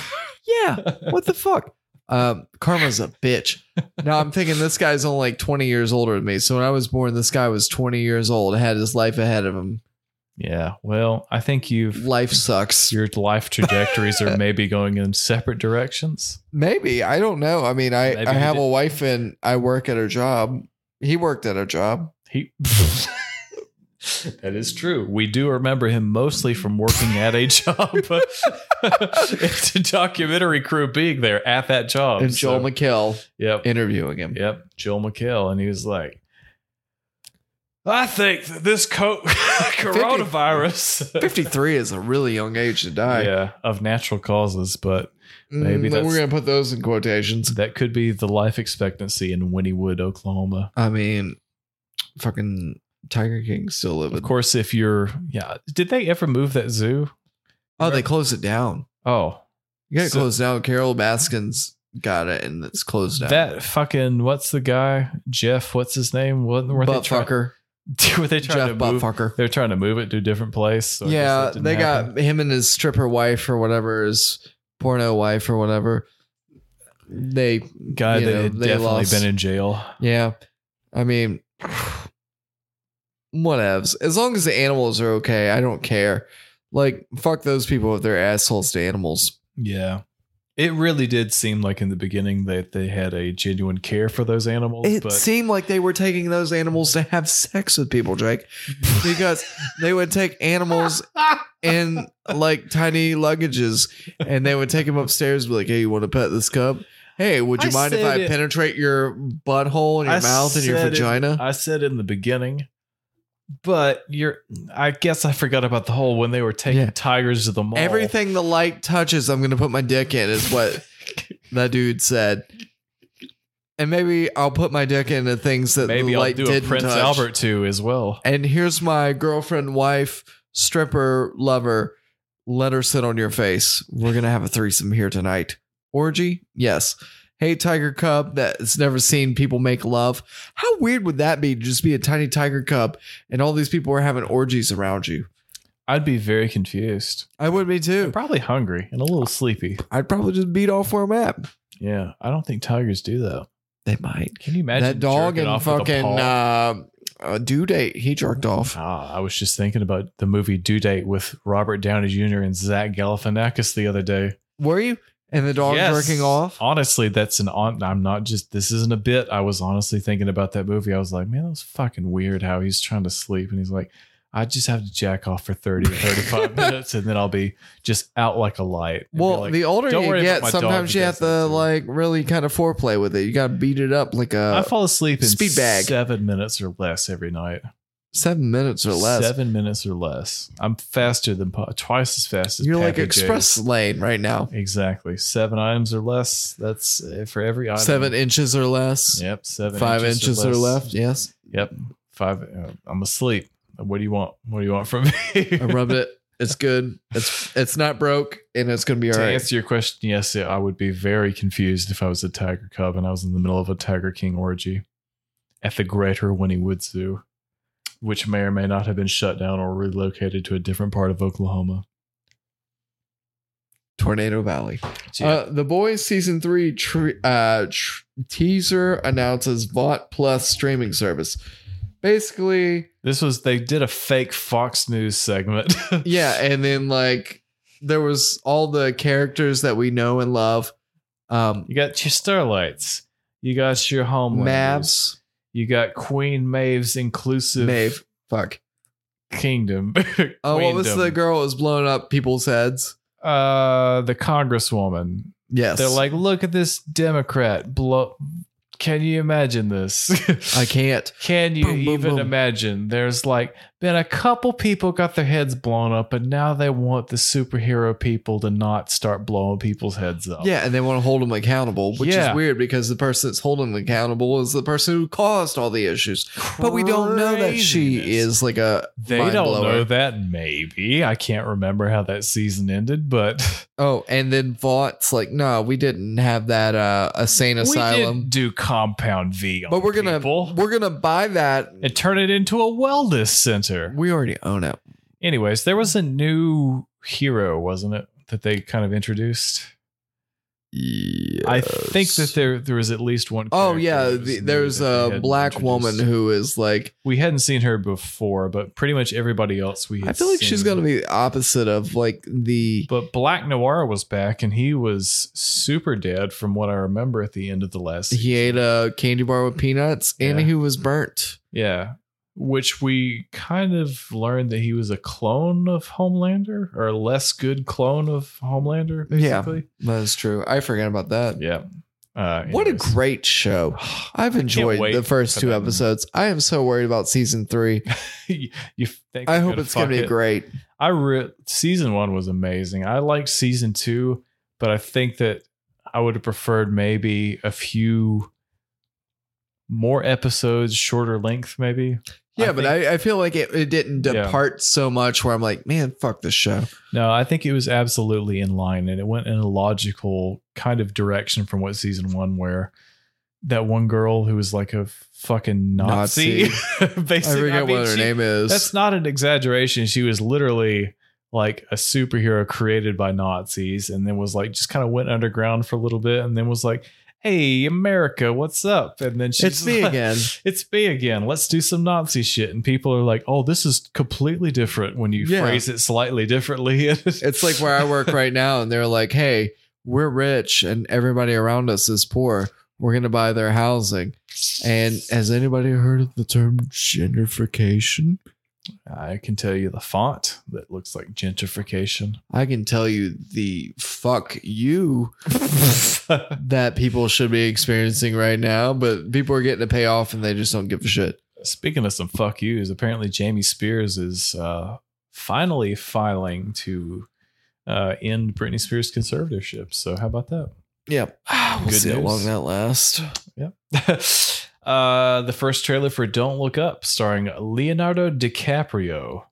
[SPEAKER 2] Yeah. What the fuck? Um, karma's a bitch. Now I'm thinking this guy's only like 20 years older than me. So when I was born, this guy was 20 years old, had his life ahead of him.
[SPEAKER 1] yeah. Well, I think you've
[SPEAKER 2] Life sucks.
[SPEAKER 1] your life trajectories are maybe going in separate directions.
[SPEAKER 2] Maybe. I don't know. I mean, I,
[SPEAKER 1] Maybe
[SPEAKER 2] I
[SPEAKER 1] he
[SPEAKER 2] have
[SPEAKER 1] did-
[SPEAKER 2] a wife and I work at her job. He worked at her job.
[SPEAKER 1] He That is true. We do remember him mostly from working at a job. it's a documentary crew being there at that job.
[SPEAKER 2] and Joel
[SPEAKER 1] Oh, So-
[SPEAKER 2] McHale
[SPEAKER 1] Yep.
[SPEAKER 2] interviewing him.
[SPEAKER 1] Yep, Joel McHale, and he was like, "I think that this co- coronavirus,
[SPEAKER 2] 53 is a really young age to die.
[SPEAKER 1] yeah, of natural causes, but Maybe
[SPEAKER 2] Mm,
[SPEAKER 1] that's-
[SPEAKER 2] we're going to put those in quotations.
[SPEAKER 1] that could be the life expectancy in Winniewood, Oklahoma."
[SPEAKER 2] I mean, fucking Tiger King still living.
[SPEAKER 1] Of course, if you're, yeah, did they ever move that zoo?
[SPEAKER 2] Oh, they closed it down.
[SPEAKER 1] Oh,
[SPEAKER 2] You got it
[SPEAKER 1] So-
[SPEAKER 2] closed down. Carol Baskins got it, and it's closed down.
[SPEAKER 1] that fucking what's the guy Jeff? What's his name? What were they
[SPEAKER 2] butt
[SPEAKER 1] trying?
[SPEAKER 2] fucker,
[SPEAKER 1] Were they trying
[SPEAKER 2] Jeff
[SPEAKER 1] to
[SPEAKER 2] butt
[SPEAKER 1] move?
[SPEAKER 2] fucker.
[SPEAKER 1] They're trying to move it to a different place. so I guess
[SPEAKER 2] yeah,
[SPEAKER 1] that didn't
[SPEAKER 2] they
[SPEAKER 1] happen.
[SPEAKER 2] got him and his stripper wife or whatever, his porno wife or whatever. They
[SPEAKER 1] guy
[SPEAKER 2] you
[SPEAKER 1] that
[SPEAKER 2] know,
[SPEAKER 1] had
[SPEAKER 2] they
[SPEAKER 1] definitely
[SPEAKER 2] lost-
[SPEAKER 1] been in jail.
[SPEAKER 2] Yeah, I mean, whatevs. As long as the animals are okay, I don't care. Like fuck those people if they're assholes to animals.
[SPEAKER 1] Yeah. It really did seem like in the beginning that they had a genuine care for those animals,
[SPEAKER 2] It
[SPEAKER 1] but
[SPEAKER 2] seemed like they were taking those animals to have sex with people, Jake, because they would take animals in like tiny luggages and they would take them upstairs. Be like, hey, you want to pet this cub? Hey, would you
[SPEAKER 1] I
[SPEAKER 2] mind if
[SPEAKER 1] said
[SPEAKER 2] I
[SPEAKER 1] it-
[SPEAKER 2] penetrate your butthole and your
[SPEAKER 1] I
[SPEAKER 2] mouth and your
[SPEAKER 1] said it-
[SPEAKER 2] vagina?
[SPEAKER 1] I said in the beginning. But you're I guess I forgot about the whole when they were taking
[SPEAKER 2] Yeah.
[SPEAKER 1] tigers to the mall.
[SPEAKER 2] Everything the light touches, I'm going to put my dick in, is what that dude said. And maybe I'll put my dick into things that
[SPEAKER 1] Maybe
[SPEAKER 2] the
[SPEAKER 1] I'll
[SPEAKER 2] light
[SPEAKER 1] do a
[SPEAKER 2] didn't
[SPEAKER 1] Prince
[SPEAKER 2] touch.
[SPEAKER 1] Albert too as well.
[SPEAKER 2] and here's my girlfriend, wife, stripper, lover. Let her sit on your face. We're gonna have a threesome here tonight. Orgy? Yes. Hey, tiger cub that's never seen people make love. How weird would that be? to Just be a tiny tiger cub, and all these people are having orgies around you.
[SPEAKER 1] I'd be very confused.
[SPEAKER 2] I would be too.
[SPEAKER 1] Probably hungry and a little sleepy.
[SPEAKER 2] I'd probably just beat off where I'm at.
[SPEAKER 1] Yeah. I don't think tigers do that.
[SPEAKER 2] They might.
[SPEAKER 1] Can you imagine
[SPEAKER 2] that dog
[SPEAKER 1] jerking
[SPEAKER 2] and
[SPEAKER 1] off with a
[SPEAKER 2] fucking
[SPEAKER 1] paw?
[SPEAKER 2] uh, uh, due date. He jerked off.
[SPEAKER 1] Ah, I was just thinking about the movie Due Date with Robert Downey Jr. and Zach Galifianakis the other day.
[SPEAKER 2] Were you? And the dog
[SPEAKER 1] Yes.
[SPEAKER 2] jerking off.
[SPEAKER 1] Honestly, that's an on. I'm not just. This isn't a bit. I was honestly thinking about that movie. I was like, man, that was fucking weird. How he's trying to sleep and he's like, I just have to jack off for 30 or 35 minutes and then I'll be just out like a light. And be
[SPEAKER 2] Well,
[SPEAKER 1] like,
[SPEAKER 2] the older
[SPEAKER 1] "Don't
[SPEAKER 2] you
[SPEAKER 1] worry about
[SPEAKER 2] get,
[SPEAKER 1] my dog,
[SPEAKER 2] sometimes
[SPEAKER 1] he
[SPEAKER 2] you have
[SPEAKER 1] does
[SPEAKER 2] to
[SPEAKER 1] that too."
[SPEAKER 2] like really kind of foreplay with it. You got to beat it up like uh,
[SPEAKER 1] I
[SPEAKER 2] a
[SPEAKER 1] fall asleep in
[SPEAKER 2] speed bag.
[SPEAKER 1] seven minutes or less every night.
[SPEAKER 2] seven minutes or less.
[SPEAKER 1] Seven minutes or less. I'm faster than pa- twice as fast as
[SPEAKER 2] You're like
[SPEAKER 1] Pappy J's.
[SPEAKER 2] express lane right now.
[SPEAKER 1] Exactly. Seven items or less. That's it for every item.
[SPEAKER 2] Seven inches or less.
[SPEAKER 1] Yep. Seven.
[SPEAKER 2] Five inches, or, left. Yes.
[SPEAKER 1] Yep. Five. Uh, I'm asleep. What do you want? What do you want from me?
[SPEAKER 2] I rubbed it. It's good. It's it's not broke, and it's gonna be all
[SPEAKER 1] to
[SPEAKER 2] right.
[SPEAKER 1] answer your question, yes, I would be very confused if I was a tiger cub and I was in the middle of a Tiger King orgy at the Greater Winnie Woods Zoo, which may or may not have been shut down or relocated to a different part of Oklahoma.
[SPEAKER 2] Tornado Valley.
[SPEAKER 1] So, yeah.
[SPEAKER 2] Uh, the Boys season three tre- uh, tr- teaser announces Vought Plus streaming service. Basically,
[SPEAKER 1] this was they did a fake Fox News segment.
[SPEAKER 2] yeah, and then like there was all the characters that we know and love. Um,
[SPEAKER 1] You got your Starlights. You got your Homelanders.
[SPEAKER 2] Mavs,
[SPEAKER 1] You got Queen Maeve's inclusive
[SPEAKER 2] Maeve, fuck.
[SPEAKER 1] kingdom.
[SPEAKER 2] Oh, what was
[SPEAKER 1] Queendom.
[SPEAKER 2] the girl that was blowing up people's heads?
[SPEAKER 1] uh, the Congresswoman.
[SPEAKER 2] Yes.
[SPEAKER 1] They're like, look at this Democrat. Blow. Can you imagine this?
[SPEAKER 2] I can't.
[SPEAKER 1] Can you
[SPEAKER 2] Boom, boom,
[SPEAKER 1] even
[SPEAKER 2] boom.
[SPEAKER 1] imagine? There's like been a couple people got their heads blown up, and now they want the superhero people to not start blowing people's heads up.
[SPEAKER 2] Yeah, and they want to hold them accountable, which
[SPEAKER 1] Oh. Yeah.
[SPEAKER 2] is weird because the person that's holding them accountable is the person who caused all the issues. But we don't know that she
[SPEAKER 1] Craziness.
[SPEAKER 2] is like a
[SPEAKER 1] They
[SPEAKER 2] mind
[SPEAKER 1] don't
[SPEAKER 2] blower.
[SPEAKER 1] know that. Maybe I can't remember how that season ended, but
[SPEAKER 2] Oh, and then Vaught's like, no, we didn't have that uh, insane
[SPEAKER 1] we
[SPEAKER 2] asylum,
[SPEAKER 1] didn't do Compound V. On
[SPEAKER 2] but we're gonna
[SPEAKER 1] people
[SPEAKER 2] we're gonna buy that.
[SPEAKER 1] and turn it into a wellness center.
[SPEAKER 2] We already own it.
[SPEAKER 1] Anyways, there was a new hero, wasn't it, that they kind of introduced? I think that there there was at least one.
[SPEAKER 2] Oh
[SPEAKER 1] character
[SPEAKER 2] yeah,
[SPEAKER 1] that was
[SPEAKER 2] the,
[SPEAKER 1] new
[SPEAKER 2] there's
[SPEAKER 1] that they
[SPEAKER 2] a
[SPEAKER 1] hadn't
[SPEAKER 2] black
[SPEAKER 1] introduced.
[SPEAKER 2] woman who is like.
[SPEAKER 1] we hadn't seen her before, but pretty much everybody else we. Had
[SPEAKER 2] I feel like she's
[SPEAKER 1] seen.
[SPEAKER 2] gonna be the opposite of like the
[SPEAKER 1] But Black Noir was back, and he was super dead from what I remember at the end of the last. season.
[SPEAKER 2] he ate a candy bar with peanuts and
[SPEAKER 1] Yeah.
[SPEAKER 2] he was burnt.
[SPEAKER 1] Yeah. Which we kind of learned that he was a clone of Homelander or a less good clone of Homelander,
[SPEAKER 2] Yeah.
[SPEAKER 1] basically.
[SPEAKER 2] That's true. I forgot about that.
[SPEAKER 1] Yeah. Uh,
[SPEAKER 2] What a
[SPEAKER 1] anyways.
[SPEAKER 2] great show. I've enjoyed
[SPEAKER 1] wait
[SPEAKER 2] the first
[SPEAKER 1] for
[SPEAKER 2] two
[SPEAKER 1] that one.
[SPEAKER 2] episodes. I am so worried about season three.
[SPEAKER 1] you, you think
[SPEAKER 2] I
[SPEAKER 1] you
[SPEAKER 2] hope
[SPEAKER 1] could
[SPEAKER 2] it's going
[SPEAKER 1] fuck
[SPEAKER 2] to be
[SPEAKER 1] it?
[SPEAKER 2] great.
[SPEAKER 1] I re- season one was amazing. I liked season two, but I think that I would have preferred maybe a few more episodes, shorter length, maybe.
[SPEAKER 2] Yeah,
[SPEAKER 1] I
[SPEAKER 2] but
[SPEAKER 1] think-
[SPEAKER 2] I, I feel like it, it didn't
[SPEAKER 1] Yeah.
[SPEAKER 2] depart so much where I'm like, man, fuck this show.
[SPEAKER 1] No, I think it was absolutely in line and it went in a logical kind of direction from what season one, where that one girl who was like a fucking Nazi,
[SPEAKER 2] I
[SPEAKER 1] basically.
[SPEAKER 2] forget
[SPEAKER 1] mean,
[SPEAKER 2] what her
[SPEAKER 1] she-
[SPEAKER 2] name is.
[SPEAKER 1] That's not an exaggeration. She was literally like a superhero created by Nazis and then was like just kind of went underground for a little bit and then was like, hey, America, what's up? And then she's
[SPEAKER 2] it's me
[SPEAKER 1] like,
[SPEAKER 2] again.
[SPEAKER 1] It's me again. Let's do some Nazi shit. And people are like, oh, this is completely different when you
[SPEAKER 2] Yeah.
[SPEAKER 1] phrase it slightly differently.
[SPEAKER 2] It's like where I work right now, and they're like, hey, we're rich and everybody around us is poor. We're going to buy their housing. And has anybody heard of the term gentrification?
[SPEAKER 1] I can tell you the font that looks like gentrification.
[SPEAKER 2] I can tell you the fuck you that people should be experiencing right now, but people are getting to pay off and they just don't give a shit.
[SPEAKER 1] Speaking of some fuck yous, apparently Jamie Spears is uh, finally filing to uh, end Britney Spears' conservatorship. So how about that?
[SPEAKER 2] Yep. We'll
[SPEAKER 1] Good
[SPEAKER 2] see how
[SPEAKER 1] news.
[SPEAKER 2] long that lasts.
[SPEAKER 1] uh, the first trailer for Don't Look Up, starring Leonardo DiCaprio,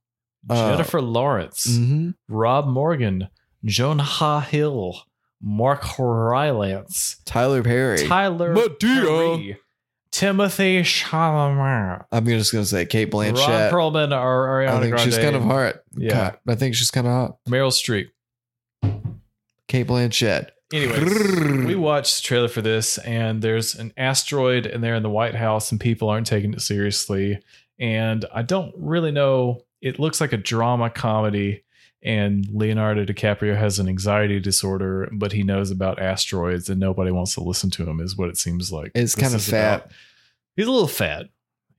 [SPEAKER 2] Uh,
[SPEAKER 1] Jennifer Lawrence,
[SPEAKER 2] Mhm.
[SPEAKER 1] Rob Morgan, Joan Ha Hill, Mark Rylance,
[SPEAKER 2] Tyler Perry.
[SPEAKER 1] Tyler
[SPEAKER 2] Madea.
[SPEAKER 1] Perry, Timothy Chalamet,
[SPEAKER 2] I'm just going to say Kate
[SPEAKER 1] Ron
[SPEAKER 2] Blanchett.
[SPEAKER 1] Perlman, or Ariana
[SPEAKER 2] I think
[SPEAKER 1] Grande,
[SPEAKER 2] she's kind of hot.
[SPEAKER 1] Yeah.
[SPEAKER 2] God, I think she's kind of hot.
[SPEAKER 1] Meryl Streep.
[SPEAKER 2] Kate Blanchett.
[SPEAKER 1] Anyways, we watched the trailer for this, and there's an asteroid, and they're in the White House, and people aren't taking it seriously. And I don't really know. It looks like a drama comedy, and Leonardo DiCaprio has an anxiety disorder, but he knows about asteroids, and nobody wants to listen to him. Is what it seems like.
[SPEAKER 2] It's
[SPEAKER 1] This
[SPEAKER 2] kinda
[SPEAKER 1] is
[SPEAKER 2] fat.
[SPEAKER 1] about- He's a little fat.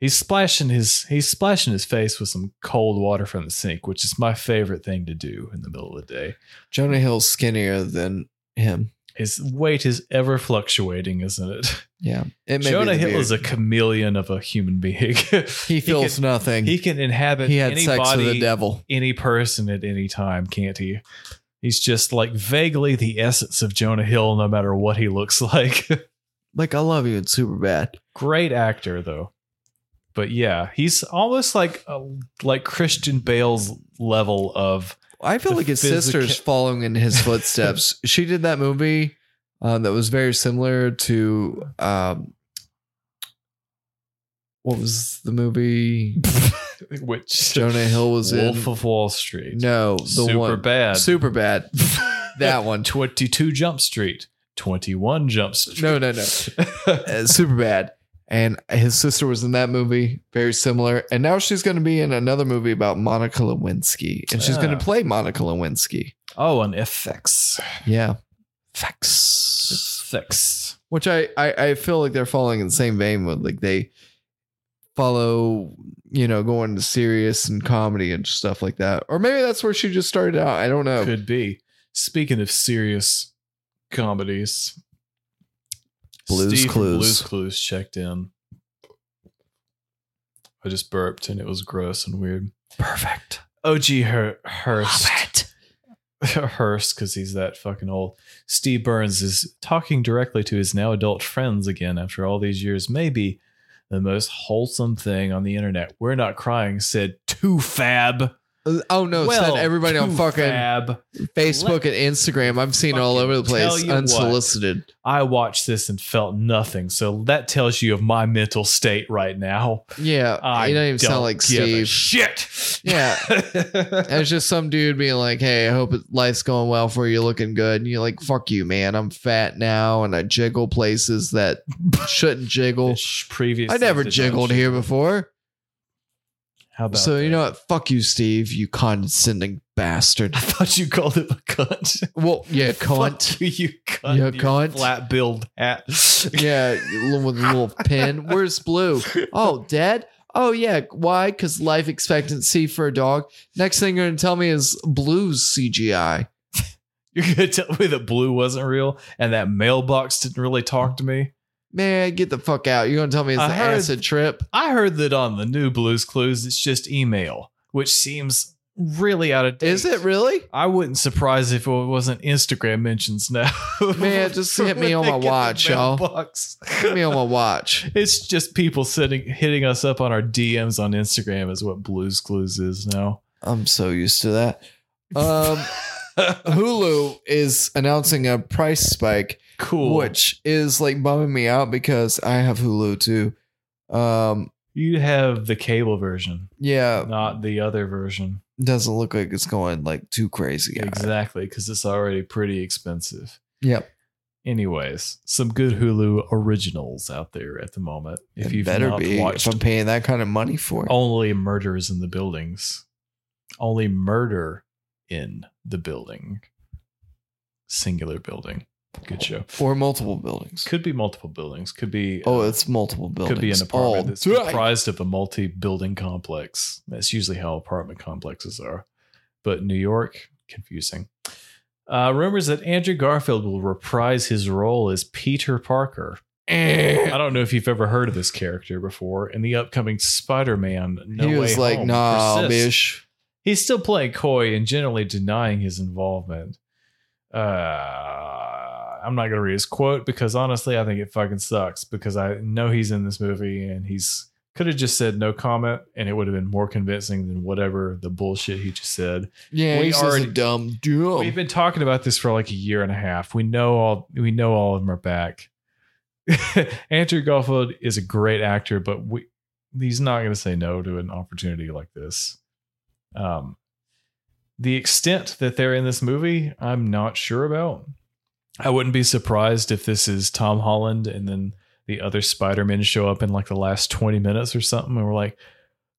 [SPEAKER 1] He's splashing his he's splashing his face with some cold water from the sink, which is my favorite thing to do in the middle of the day.
[SPEAKER 2] Jonah Hill's skinnier than him.
[SPEAKER 1] His weight is ever fluctuating, isn't it?
[SPEAKER 2] Yeah. It may
[SPEAKER 1] Jonah
[SPEAKER 2] be the
[SPEAKER 1] Hill
[SPEAKER 2] beard.
[SPEAKER 1] is a chameleon of a human being.
[SPEAKER 2] He feels
[SPEAKER 1] can,
[SPEAKER 2] nothing.
[SPEAKER 1] he can inhabit
[SPEAKER 2] he had
[SPEAKER 1] any
[SPEAKER 2] sex
[SPEAKER 1] body,
[SPEAKER 2] with the devil.
[SPEAKER 1] any person at any time, can't he? He's just like vaguely the essence of Jonah Hill, no matter what he looks like.
[SPEAKER 2] Like, I love you. It's super bad.
[SPEAKER 1] Great actor though. But yeah, he's almost like a, like Christian Bale's level of
[SPEAKER 2] I feel
[SPEAKER 1] The
[SPEAKER 2] like his
[SPEAKER 1] physica-
[SPEAKER 2] sister's following in his footsteps. she did that movie um, that was very similar to um, what was the movie
[SPEAKER 1] which
[SPEAKER 2] Jonah Hill was
[SPEAKER 1] Wolf
[SPEAKER 2] in?
[SPEAKER 1] of Wall Street.
[SPEAKER 2] no, the
[SPEAKER 1] Super
[SPEAKER 2] one
[SPEAKER 1] bad.
[SPEAKER 2] super bad. that one.
[SPEAKER 1] 22 Jump Street. 21 Jump Street.
[SPEAKER 2] No, no, no. uh, super bad. And his sister was in that movie, very similar. And now she's going to be in another movie about Monica Lewinsky, and she's going
[SPEAKER 1] Ah.
[SPEAKER 2] to play Monica Lewinsky.
[SPEAKER 1] oh, an FX.
[SPEAKER 2] Yeah, facts.
[SPEAKER 1] FX.
[SPEAKER 2] which I, I I feel like they're following in the same vein with like they follow you know going to serious and comedy and stuff like that or maybe that's where she just started out i don't know
[SPEAKER 1] Could be. Speaking of serious comedies,
[SPEAKER 2] Blue's
[SPEAKER 1] from
[SPEAKER 2] Clues.
[SPEAKER 1] Blue's Clues checked in. I just burped and it was gross and weird.
[SPEAKER 2] Perfect.
[SPEAKER 1] OG Hur- Hurst. Hurst, because he's that fucking old. Steve Burns is talking directly to his now adult friends again after all these years. Maybe the most wholesome thing on the internet. We're not crying, said Too Fab.
[SPEAKER 2] Oh no!
[SPEAKER 1] Well,
[SPEAKER 2] send everybody on
[SPEAKER 1] Too
[SPEAKER 2] fucking
[SPEAKER 1] Fab.
[SPEAKER 2] Facebook and Instagram. I'm seeing all
[SPEAKER 1] fucking
[SPEAKER 2] over the
[SPEAKER 1] tell
[SPEAKER 2] place,
[SPEAKER 1] you what.
[SPEAKER 2] unsolicited.
[SPEAKER 1] I watched this and felt nothing. So that tells you of my mental state right now.
[SPEAKER 2] Yeah,
[SPEAKER 1] I
[SPEAKER 2] you don't even sound
[SPEAKER 1] don't
[SPEAKER 2] like
[SPEAKER 1] give a
[SPEAKER 2] Steve.
[SPEAKER 1] shit.
[SPEAKER 2] Yeah. it's just some dude being like, "Hey, I hope life's going well for you, looking good," and you're like, "Fuck you, man! I'm fat now, and I jiggle places that shouldn't jiggle.
[SPEAKER 1] Previous.
[SPEAKER 2] I never
[SPEAKER 1] things that don't
[SPEAKER 2] jiggled
[SPEAKER 1] shit.
[SPEAKER 2] here before."
[SPEAKER 1] How about
[SPEAKER 2] So you
[SPEAKER 1] that?
[SPEAKER 2] know what? Fuck you, Steve. You condescending bastard.
[SPEAKER 1] I thought you called it a cunt.
[SPEAKER 2] Well, yeah, cunt.
[SPEAKER 1] Fuck you, you cunt.
[SPEAKER 2] You
[SPEAKER 1] You
[SPEAKER 2] cunt.
[SPEAKER 1] Flat billed hat.
[SPEAKER 2] Yeah, you little- with a little pin. Where's Blue? Oh, dead? Oh, yeah. Why? Because life expectancy for a dog. Next thing you're going to tell me is Blue's CGI.
[SPEAKER 1] You're gonna tell me that blue wasn't real and that mailbox didn't really talk to me.
[SPEAKER 2] Man, get the fuck out. You're going to tell me it's
[SPEAKER 1] I
[SPEAKER 2] the
[SPEAKER 1] heard-
[SPEAKER 2] acid trip.
[SPEAKER 1] I heard that on the new Blues Clues, it's just email, which seems really out of date.
[SPEAKER 2] Is it really?
[SPEAKER 1] I wouldn't surprise if it wasn't Instagram mentions now.
[SPEAKER 2] Man, just hit me
[SPEAKER 1] When
[SPEAKER 2] on
[SPEAKER 1] they
[SPEAKER 2] my
[SPEAKER 1] get the
[SPEAKER 2] watch, y'all.
[SPEAKER 1] mailbox.
[SPEAKER 2] Put me on my watch.
[SPEAKER 1] It's just people sitting hitting us up on our DMs on Instagram is what Blues Clues is now.
[SPEAKER 2] I'm so used to that. Um, Hulu is announcing a price spike
[SPEAKER 1] Cool.
[SPEAKER 2] which is like bumming me out because I have Hulu too. Um,
[SPEAKER 1] You have the cable version,
[SPEAKER 2] yeah,
[SPEAKER 1] not the other version.
[SPEAKER 2] doesn't look like it's going like too crazy.
[SPEAKER 1] Exactly, because it's already pretty expensive.
[SPEAKER 2] Yep.
[SPEAKER 1] Anyways, some good Hulu originals out there at the moment. If
[SPEAKER 2] It
[SPEAKER 1] you've
[SPEAKER 2] better
[SPEAKER 1] not
[SPEAKER 2] be
[SPEAKER 1] watched Oh.
[SPEAKER 2] if I'm paying that kind of money for it.
[SPEAKER 1] only murders in the buildings, only murder in the building, singular building. Good show.
[SPEAKER 2] Or multiple buildings.
[SPEAKER 1] Could be multiple buildings. Could be
[SPEAKER 2] oh,
[SPEAKER 1] uh,
[SPEAKER 2] it's multiple buildings.
[SPEAKER 1] Could be an apartment
[SPEAKER 2] Oh,
[SPEAKER 1] that's
[SPEAKER 2] right.
[SPEAKER 1] comprised of a multi-building complex. That's usually how apartment complexes are. But New York, confusing. Uh, rumors that Andrew Garfield will reprise his role as Peter Parker. I don't know if you've ever heard of this character before. In the upcoming Spider-Man, No
[SPEAKER 2] he was
[SPEAKER 1] Way
[SPEAKER 2] like,
[SPEAKER 1] Home
[SPEAKER 2] nah,
[SPEAKER 1] persists.
[SPEAKER 2] bish.
[SPEAKER 1] He's still playing coy and generally denying his involvement. Uh, I'm not gonna read his quote because honestly, I think it fucking sucks because I know he's in this movie and he's could have just said no comment and it would have been more convincing than whatever the bullshit he just said.
[SPEAKER 2] Yeah,
[SPEAKER 1] We
[SPEAKER 2] he's just
[SPEAKER 1] already-
[SPEAKER 2] a dumb dumb.
[SPEAKER 1] We've been talking about this for like a year and a half. We know all we know all of them are back. Andrew Garfield is a great actor, but we he's not going to say no to an opportunity like this. Um, the extent that they're in this movie, I'm not sure about. I wouldn't be surprised if this is Tom Holland and then the other Spider-Men show up in like the last 20 minutes or something, and we're like,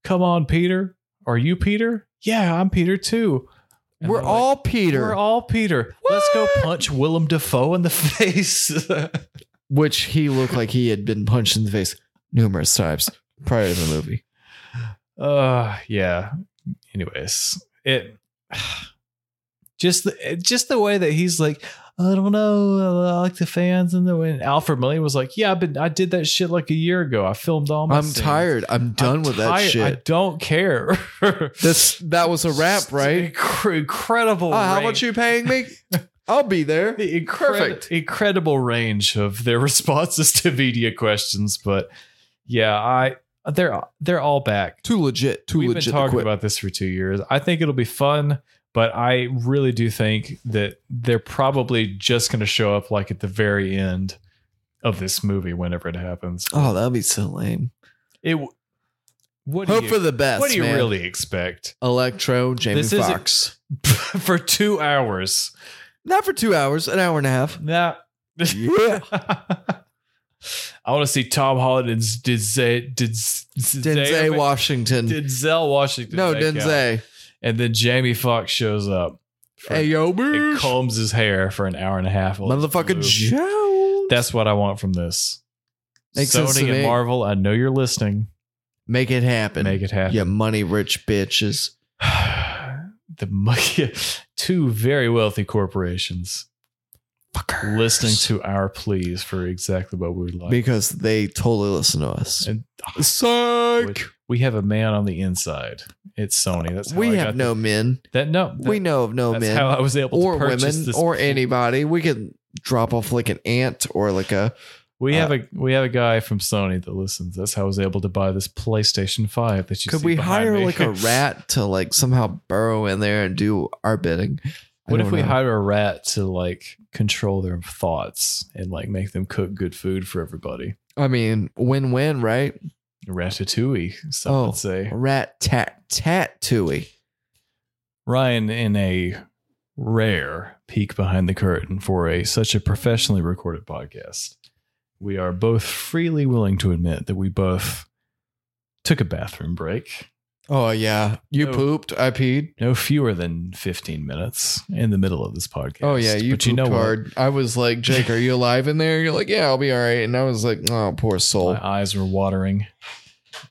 [SPEAKER 1] "Come on, Peter, are you Peter? Yeah, I'm Peter too." And
[SPEAKER 2] We're
[SPEAKER 1] they're like,
[SPEAKER 2] all Peter,
[SPEAKER 1] we're all Peter. Let's go punch Willem Dafoe in the face.
[SPEAKER 2] which he looked like he had been punched in the face numerous times prior to the movie.
[SPEAKER 1] uh yeah. Anyways, it just the it- just the way that he's like, I don't know, I like the fans and the when Alfred Molina was like, yeah, I've been I did that shit like a year ago. I filmed all my.
[SPEAKER 2] I'm
[SPEAKER 1] scenes.
[SPEAKER 2] tired. I'm done
[SPEAKER 1] I'm
[SPEAKER 2] with
[SPEAKER 1] tired.
[SPEAKER 2] that
[SPEAKER 1] I
[SPEAKER 2] shit.
[SPEAKER 1] don't care.
[SPEAKER 2] This that was a wrap, right?
[SPEAKER 1] Incre- Incredible.
[SPEAKER 2] Oh, how
[SPEAKER 1] range.
[SPEAKER 2] much you paying me? I'll be there.
[SPEAKER 1] the incred-
[SPEAKER 2] Perfect.
[SPEAKER 1] incredible range of their responses to media questions. But yeah, I they're they're all back.
[SPEAKER 2] Too legit. Too
[SPEAKER 1] We've been
[SPEAKER 2] legit. to
[SPEAKER 1] talking
[SPEAKER 2] quit.
[SPEAKER 1] about this for two years. I think it'll be fun, but I really do think that they're probably just going to show up like at the very end of this movie whenever it happens.
[SPEAKER 2] oh, that'd be so lame.
[SPEAKER 1] It. w- What do
[SPEAKER 2] Hope
[SPEAKER 1] you,
[SPEAKER 2] for the best.
[SPEAKER 1] what do you
[SPEAKER 2] man.
[SPEAKER 1] really expect
[SPEAKER 2] Electro Jamie
[SPEAKER 1] This isn't-
[SPEAKER 2] Fox.
[SPEAKER 1] for two hours?
[SPEAKER 2] Not for two hours, an hour and a half.
[SPEAKER 1] Nah.
[SPEAKER 2] Yeah.
[SPEAKER 1] I want to see Tom Holland and Denzel
[SPEAKER 2] Denzel
[SPEAKER 1] Denzel
[SPEAKER 2] Washington.
[SPEAKER 1] Denzel Washington.
[SPEAKER 2] no,
[SPEAKER 1] make out.
[SPEAKER 2] Denzel.
[SPEAKER 1] And then Jamie Fox shows up. for-
[SPEAKER 2] Hey, yo,
[SPEAKER 1] and
[SPEAKER 2] bitch.
[SPEAKER 1] combs his hair for an hour and a half. while it's
[SPEAKER 2] Mm. Motherfucker
[SPEAKER 1] blue.
[SPEAKER 2] Jones.
[SPEAKER 1] That's what I want from this.
[SPEAKER 2] Makes sense to
[SPEAKER 1] Sony and
[SPEAKER 2] me.
[SPEAKER 1] Marvel, I know you're listening.
[SPEAKER 2] Make it happen.
[SPEAKER 1] Make it happen.
[SPEAKER 2] You money rich bitches.
[SPEAKER 1] the mo- two very wealthy corporations
[SPEAKER 2] Fuckers.
[SPEAKER 1] listening to our pleas for exactly what we would like.
[SPEAKER 2] because they totally listen to us.
[SPEAKER 1] and
[SPEAKER 2] Psych.
[SPEAKER 1] With- we have a man on the inside. It's Sony. That's how
[SPEAKER 2] We
[SPEAKER 1] I
[SPEAKER 2] have
[SPEAKER 1] got
[SPEAKER 2] no men.
[SPEAKER 1] that. No,
[SPEAKER 2] we
[SPEAKER 1] that-
[SPEAKER 2] know of no
[SPEAKER 1] That's
[SPEAKER 2] men
[SPEAKER 1] how I was able
[SPEAKER 2] or
[SPEAKER 1] to purchase
[SPEAKER 2] women
[SPEAKER 1] this.
[SPEAKER 2] or anybody. We can drop off like an ant or like a
[SPEAKER 1] we
[SPEAKER 2] uh,
[SPEAKER 1] have a we have a guy from Sony that listens. That's how I was able to buy this PlayStation Five that you
[SPEAKER 2] Could
[SPEAKER 1] see
[SPEAKER 2] we
[SPEAKER 1] behind
[SPEAKER 2] hire
[SPEAKER 1] me.
[SPEAKER 2] like a rat to like somehow burrow in there and do our bidding? I
[SPEAKER 1] What if
[SPEAKER 2] don't
[SPEAKER 1] we
[SPEAKER 2] know.
[SPEAKER 1] hire a rat to like control their thoughts and like make them cook good food for everybody?
[SPEAKER 2] I mean, win-win, right?
[SPEAKER 1] Ratatouille, some
[SPEAKER 2] Oh.
[SPEAKER 1] would say.
[SPEAKER 2] Rat tat tattooey.
[SPEAKER 1] Ryan, in a rare peek behind the curtain for a such a professionally recorded podcast, we are both freely willing to admit that we both took a bathroom break,
[SPEAKER 2] Oh yeah, you
[SPEAKER 1] No.
[SPEAKER 2] pooped. I peed.
[SPEAKER 1] no fewer than fifteen minutes in the middle of this podcast.
[SPEAKER 2] Oh yeah, you
[SPEAKER 1] but
[SPEAKER 2] pooped
[SPEAKER 1] you know what?
[SPEAKER 2] hard. I was like, Jake, are you alive in there? You're like, yeah, I'll be all right. And I was like, oh, poor soul.
[SPEAKER 1] My eyes were watering.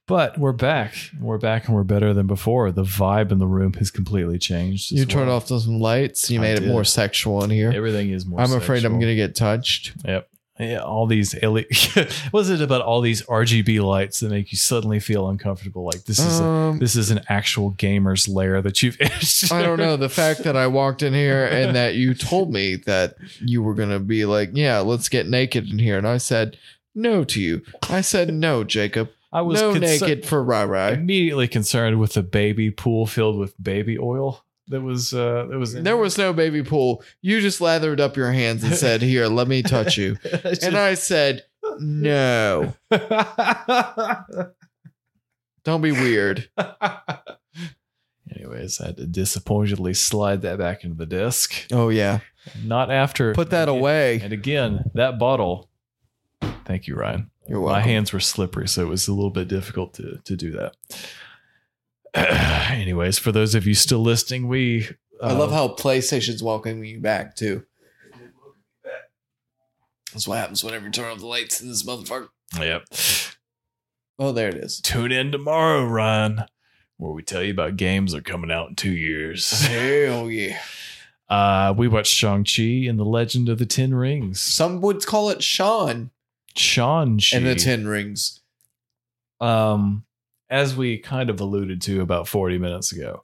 [SPEAKER 1] But we're back. We're back and we're better than before. The vibe in the room has completely changed. as
[SPEAKER 2] You turned
[SPEAKER 1] well.
[SPEAKER 2] off some lights. You
[SPEAKER 1] I
[SPEAKER 2] made it
[SPEAKER 1] did.
[SPEAKER 2] more sexual in here.
[SPEAKER 1] Everything is more.
[SPEAKER 2] I'm afraid I'm
[SPEAKER 1] sexual.
[SPEAKER 2] gonna get touched.
[SPEAKER 1] Yep. Yeah, all these. Ele- was it about all these RGB lights that make you suddenly feel uncomfortable? Like this is a,
[SPEAKER 2] Um,
[SPEAKER 1] this is an actual gamer's lair that you've.
[SPEAKER 2] I don't know. The fact that I walked in here and that you told me that you were going to be like, yeah, let's get naked in here. And I said no to you. I said no, Jacob.
[SPEAKER 1] I was
[SPEAKER 2] no
[SPEAKER 1] concer-
[SPEAKER 2] naked for Rai Rai.
[SPEAKER 1] Immediately concerned with the baby pool filled with baby oil that was uh that was in
[SPEAKER 2] There was no baby pool. You just lathered up your hands and said, here, let me touch you. And I said, no, don't be weird.
[SPEAKER 1] Anyways, I had to disappointedly slide that back into the disc.
[SPEAKER 2] Oh, yeah.
[SPEAKER 1] Not after.
[SPEAKER 2] Put that away.
[SPEAKER 1] And again, that bottle. Thank you, Ryan.
[SPEAKER 2] You're
[SPEAKER 1] My
[SPEAKER 2] welcome.
[SPEAKER 1] hands were slippery, so it was a little bit difficult to, to do that. Anyways, for those of you still listening, we.
[SPEAKER 2] I
[SPEAKER 1] Um,
[SPEAKER 2] love how PlayStation's welcoming you back, too. That's what happens whenever you turn off the lights in this motherfucker.
[SPEAKER 1] Yep.
[SPEAKER 2] Oh, there it is.
[SPEAKER 1] Tune in tomorrow, Ryan, where we tell you about games that are coming out in two years.
[SPEAKER 2] Hell yeah.
[SPEAKER 1] Uh, we watched Shang-Chi and the Legend of the Ten Rings.
[SPEAKER 2] Some would call it Sean
[SPEAKER 1] Shang-Chi.
[SPEAKER 2] and the Ten Rings.
[SPEAKER 1] um, as we kind of alluded to about 40 minutes ago,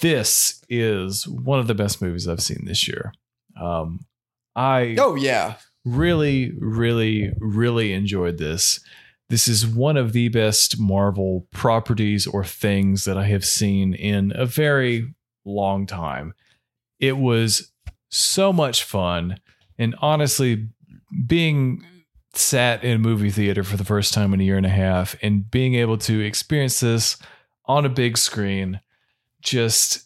[SPEAKER 1] this is one of the best movies I've seen this year. Um, I
[SPEAKER 2] Oh yeah,
[SPEAKER 1] really, really, really enjoyed this. This is one of the best Marvel properties or things that I have seen in a very long time. It was so much fun. And honestly, being sat in a movie theater for the first time in a year and a half and being able to experience this on a big screen, just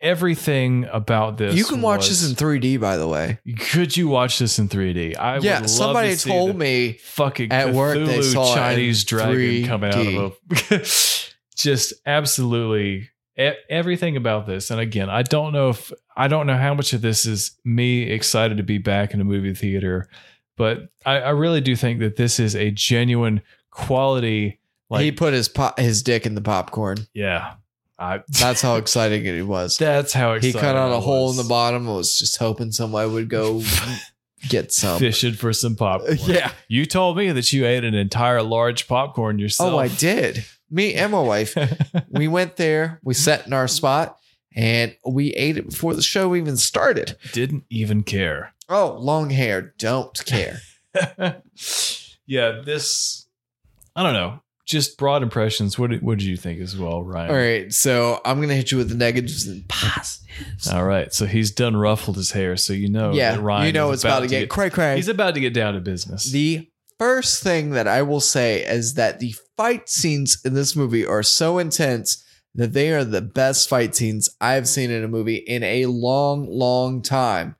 [SPEAKER 1] everything about this.
[SPEAKER 2] you can watch
[SPEAKER 1] was-
[SPEAKER 2] this in 3D. By the way,
[SPEAKER 1] could you watch this in 3D? I would
[SPEAKER 2] yeah,
[SPEAKER 1] love
[SPEAKER 2] somebody
[SPEAKER 1] to see
[SPEAKER 2] told
[SPEAKER 1] the
[SPEAKER 2] me.
[SPEAKER 1] fucking
[SPEAKER 2] at work they
[SPEAKER 1] Cthulhu
[SPEAKER 2] saw it in
[SPEAKER 1] Chinese dragon
[SPEAKER 2] 3D.
[SPEAKER 1] coming out of a just absolutely e- everything about this. And again, I don't know if I don't know how much of this is me excited to be back in a movie theater, but I, I really do think that this is a genuine quality. Like,
[SPEAKER 2] he put his po- his dick in the popcorn.
[SPEAKER 1] yeah, I,
[SPEAKER 2] That's how exciting it was.
[SPEAKER 1] that's how
[SPEAKER 2] he
[SPEAKER 1] excited
[SPEAKER 2] cut out
[SPEAKER 1] I
[SPEAKER 2] a hole in
[SPEAKER 1] was.
[SPEAKER 2] the bottom. and was just hoping somebody would go get some.
[SPEAKER 1] Fishing for some popcorn.
[SPEAKER 2] Yeah.
[SPEAKER 1] You told me that you ate an entire large popcorn yourself.
[SPEAKER 2] Oh, I did. Me and my wife, we went there. We sat in our spot, and we ate it before the show even started.
[SPEAKER 1] Didn't even care.
[SPEAKER 2] Oh, long hair, don't care.
[SPEAKER 1] yeah, this. I don't know. Just broad impressions. What did, what did you think as well, Ryan?
[SPEAKER 2] All right, so I'm gonna hit you with the negatives and positives.
[SPEAKER 1] All right, So he's done ruffled his hair, so you know.
[SPEAKER 2] yeah,
[SPEAKER 1] Oh, that Ryan
[SPEAKER 2] you know
[SPEAKER 1] is
[SPEAKER 2] it's about to get cray cray.
[SPEAKER 1] He's about to get down to business.
[SPEAKER 2] The first thing that I will say is that the fight scenes in this movie are so intense that they are the best fight scenes I've seen in a movie in a long, long time.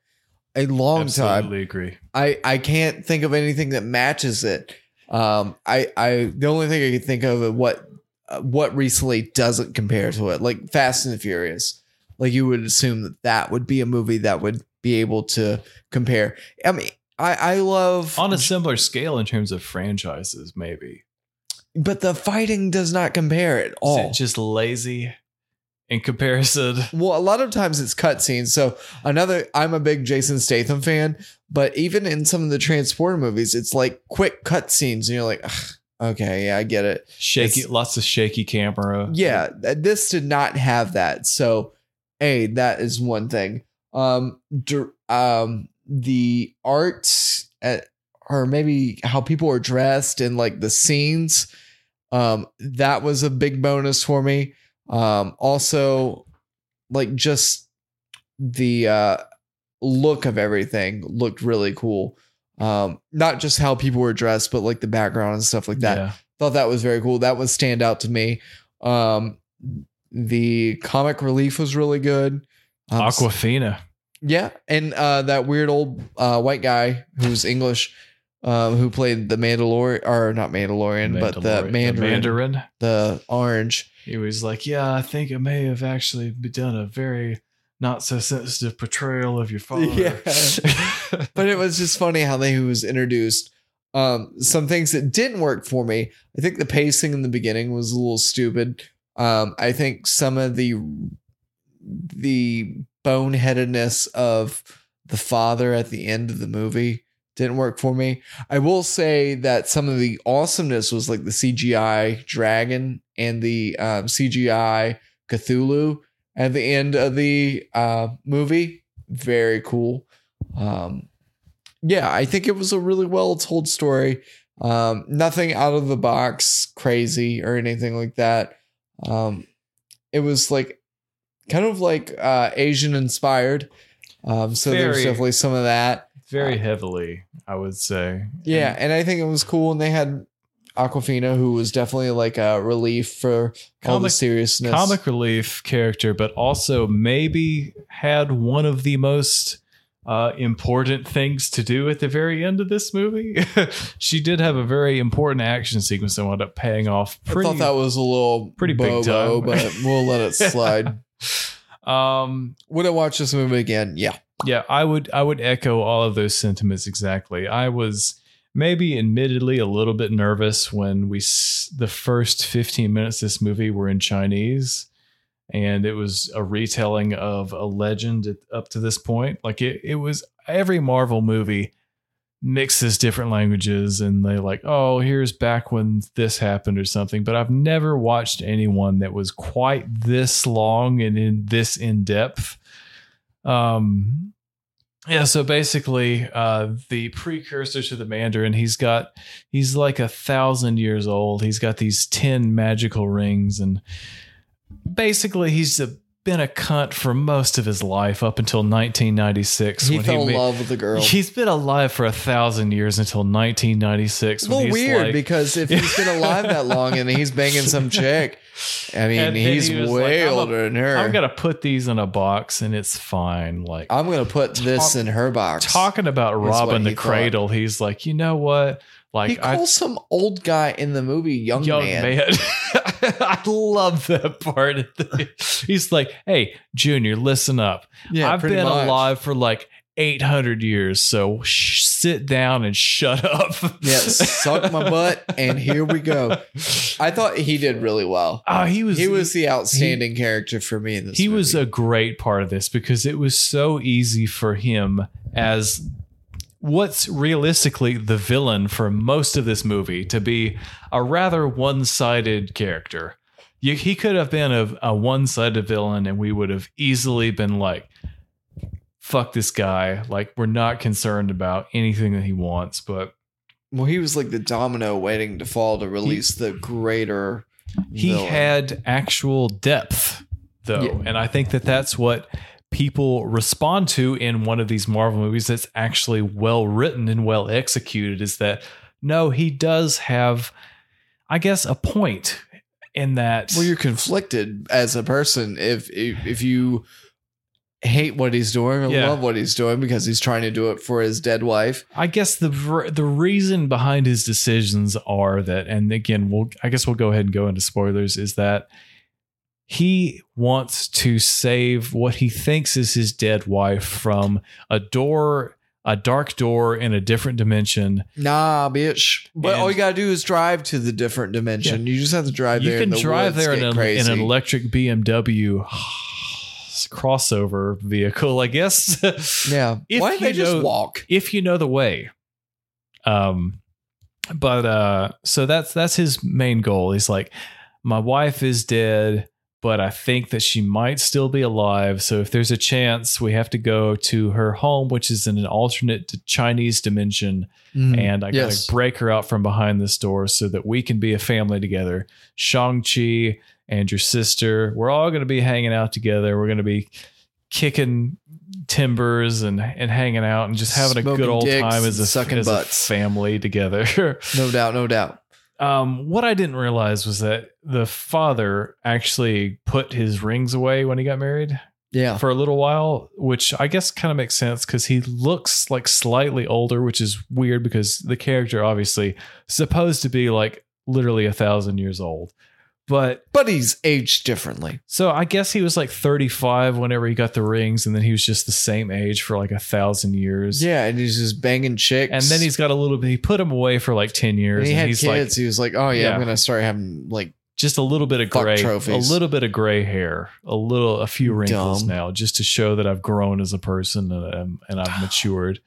[SPEAKER 2] A long time.
[SPEAKER 1] Absolutely agree.
[SPEAKER 2] I I can't think of anything that matches it. Um, I I the only thing I could think of is what uh, what recently doesn't compare to it, like Fast and the Furious. Like you would assume that that would be a movie that would be able to compare. I mean, I I love
[SPEAKER 1] On a similar scale in terms of franchises, maybe.
[SPEAKER 2] but the fighting does not compare at
[SPEAKER 1] Is
[SPEAKER 2] all.
[SPEAKER 1] it just lazy? in comparison.
[SPEAKER 2] Well, a lot of times it's cutscenes. So another, I'm a big Jason Statham fan, but even in some of the Transporter movies, it's like quick cutscenes, and you're like, "Ugh, okay, yeah, I get it.
[SPEAKER 1] Shaky,
[SPEAKER 2] It's-
[SPEAKER 1] lots of shaky camera.
[SPEAKER 2] Yeah, th- this did not have that. So, a that is one thing. Um, dir- um, the art at, or maybe how people are dressed and like the scenes, um, that was a big bonus for me. Um, also, like just the uh look of everything looked really cool. Um, not just how people were dressed, but like the background and stuff like that
[SPEAKER 1] Yeah.
[SPEAKER 2] thought that was very cool. That would stand out to me. Um, the comic relief was really good. Um,
[SPEAKER 1] Aquafina.
[SPEAKER 2] Yeah, and uh, that weird old uh, white guy who's English, uh, who played the Mandalorian or not Mandalorian, but the
[SPEAKER 1] Mandalorian-
[SPEAKER 2] Mandarin, the,
[SPEAKER 1] Mandarin.
[SPEAKER 2] orange.
[SPEAKER 1] He was like, "Yeah, I think it may have actually be done a very not so sensitive portrayal of your father."
[SPEAKER 2] Yeah. But it was just funny how they he was introduced. Um, some things that didn't work for me. I think the pacing in the beginning was a little stupid. Um, I think some of the the boneheadedness of the father at the end of the movie didn't work for me. I will say that some of the awesomeness was like the CGI dragon and the um, CGI Cthulhu at the end of the uh, movie. Very cool. Um, yeah, I think it was a really well told story. Um, nothing out of the box, crazy or anything like that. Um, it was like kind of like uh, Asian inspired. Um, so there's
[SPEAKER 1] Very.
[SPEAKER 2] definitely some of that.
[SPEAKER 1] very heavily, I would say.
[SPEAKER 2] Yeah, and I think it was cool, and they had Aquafina, who was definitely like a relief for all the
[SPEAKER 1] Comic-
[SPEAKER 2] seriousness.
[SPEAKER 1] comic relief character, but also maybe had one of the most uh, important things to do at the very end of this movie. she did have a very important action sequence that wound up paying off
[SPEAKER 2] I
[SPEAKER 1] pretty.
[SPEAKER 2] thought that was a little
[SPEAKER 1] pretty big
[SPEAKER 2] bobo,
[SPEAKER 1] time.
[SPEAKER 2] but we'll let it slide.
[SPEAKER 1] um,
[SPEAKER 2] Would I watch this movie again? Yeah,
[SPEAKER 1] Yeah, I would I would echo all of those sentiments exactly. I was maybe admittedly a little bit nervous when we s- the first 15 minutes of this movie were in Chinese and it was a retelling of a legend at- up to this point. Like it it was every Marvel movie mixes different languages and they like, "Oh, here's back when this happened or something." But I've never watched anyone that was quite this long and in this in depth. Um, yeah, so basically, uh, the precursor to the Mandarin, he's got, he's like a thousand years old. He's got these 10 magical rings, and basically, he's a, been a cunt for most of his life up until 1996.
[SPEAKER 2] he fell in
[SPEAKER 1] ma-
[SPEAKER 2] love with the girl.
[SPEAKER 1] He's been alive for a thousand years until 1996.
[SPEAKER 2] It's a
[SPEAKER 1] when
[SPEAKER 2] little
[SPEAKER 1] he's
[SPEAKER 2] weird
[SPEAKER 1] like-
[SPEAKER 2] because if he's been alive that long and he's banging some chick, I
[SPEAKER 1] And
[SPEAKER 2] mean,
[SPEAKER 1] then
[SPEAKER 2] he's
[SPEAKER 1] he was
[SPEAKER 2] way
[SPEAKER 1] like, I'm a-
[SPEAKER 2] older than her.
[SPEAKER 1] I'm going to put these in a box and it's fine. Like,
[SPEAKER 2] I'm gonna put this
[SPEAKER 1] Talk-
[SPEAKER 2] in her box.
[SPEAKER 1] talking about
[SPEAKER 2] That's what
[SPEAKER 1] robbing
[SPEAKER 2] he
[SPEAKER 1] the
[SPEAKER 2] thought.
[SPEAKER 1] cradle, he's like, you know what? Like
[SPEAKER 2] he calls some old guy in the movie
[SPEAKER 1] I,
[SPEAKER 2] young,
[SPEAKER 1] young
[SPEAKER 2] man.
[SPEAKER 1] man. I love that part. he's like, hey, Junior, listen up.
[SPEAKER 2] Yeah,
[SPEAKER 1] I've
[SPEAKER 2] pretty
[SPEAKER 1] been
[SPEAKER 2] much.
[SPEAKER 1] alive for like 800 years, so sh- sit down and shut up.
[SPEAKER 2] Yeah, suck my butt, and here we go. I thought he did really well.
[SPEAKER 1] Oh, he was
[SPEAKER 2] He was the outstanding character for me in this.
[SPEAKER 1] he was
[SPEAKER 2] movie.
[SPEAKER 1] a great part of this because it was so easy for him as what's realistically the villain for most of this movie to be a rather one-sided character. You, he could have been a, a one-sided villain, and we would have easily been like, "Fuck this guy!" Like we're not concerned about anything that he wants, but
[SPEAKER 2] well. He was like the domino waiting to fall to release the greater.
[SPEAKER 1] he
[SPEAKER 2] villain.
[SPEAKER 1] had actual depth though
[SPEAKER 2] Yeah.
[SPEAKER 1] and i think that that's what people respond to in one of these marvel movies that's actually well written and well executed is that no he does have i guess a point in that
[SPEAKER 2] Well, you're conflicted as a person if if, if you hate what he's doing or
[SPEAKER 1] Yeah.
[SPEAKER 2] love what he's doing because he's trying to do it for his dead wife.
[SPEAKER 1] I guess the ver- the reason behind his decisions are that, and again, we'll I guess we'll go ahead and go into spoilers. Is that he wants to save what he thinks is his dead wife from a door a dark door in a different dimension.
[SPEAKER 2] Nah, bitch. But
[SPEAKER 1] And-
[SPEAKER 2] all you gotta do is drive to the different dimension. You just have to drive
[SPEAKER 1] you
[SPEAKER 2] there.
[SPEAKER 1] can
[SPEAKER 2] and the
[SPEAKER 1] drive
[SPEAKER 2] woods
[SPEAKER 1] there in,
[SPEAKER 2] get
[SPEAKER 1] an- in
[SPEAKER 2] crazy.
[SPEAKER 1] an electric BMW crossover vehicle, I guess.
[SPEAKER 2] yeah.
[SPEAKER 1] if
[SPEAKER 2] Why don't they
[SPEAKER 1] you
[SPEAKER 2] just
[SPEAKER 1] know-
[SPEAKER 2] walk?
[SPEAKER 1] if you know the way. Um, but uh, so that's that's his main goal. He's like, my wife is dead, but I think that she might still be alive. So if there's a chance, we have to go to her home, which is in an alternate d- Chinese dimension,
[SPEAKER 2] Mm-hmm.
[SPEAKER 1] and I gotta
[SPEAKER 2] Yes.
[SPEAKER 1] break her out from behind this door so that we can be a family together. Shang Chi and your sister, we're all gonna be hanging out together. We're gonna be kicking timbers and and hanging out and just having a
[SPEAKER 2] Smoking
[SPEAKER 1] good old
[SPEAKER 2] dicks
[SPEAKER 1] time
[SPEAKER 2] and
[SPEAKER 1] as a
[SPEAKER 2] sucking
[SPEAKER 1] as a
[SPEAKER 2] butts.
[SPEAKER 1] family together.
[SPEAKER 2] no doubt, no doubt.
[SPEAKER 1] um, what I didn't realize was that the father actually put his rings away when he got married
[SPEAKER 2] Yeah.
[SPEAKER 1] for a little while, which I guess kind of makes sense because he looks like slightly older, which is weird because the character obviously supposed to be like literally a thousand years old, but
[SPEAKER 2] But he's aged differently.
[SPEAKER 1] so I guess he was like 35 whenever he got the rings, and then he was just the same age for like a thousand years.
[SPEAKER 2] Yeah, and he's just banging chicks.
[SPEAKER 1] And then he's got a little bit, he put him away for like 10 years.
[SPEAKER 2] when he
[SPEAKER 1] and
[SPEAKER 2] had
[SPEAKER 1] he's
[SPEAKER 2] kids,
[SPEAKER 1] like
[SPEAKER 2] he was like, Oh yeah,
[SPEAKER 1] Yeah.
[SPEAKER 2] I'm gonna start having like
[SPEAKER 1] just a little bit of
[SPEAKER 2] Fuck
[SPEAKER 1] gray, a
[SPEAKER 2] trophies.
[SPEAKER 1] little bit of gray hair, a little, a few wrinkles
[SPEAKER 2] Dumb.
[SPEAKER 1] now, just to show that I've grown as a person and, I'm- and I've matured.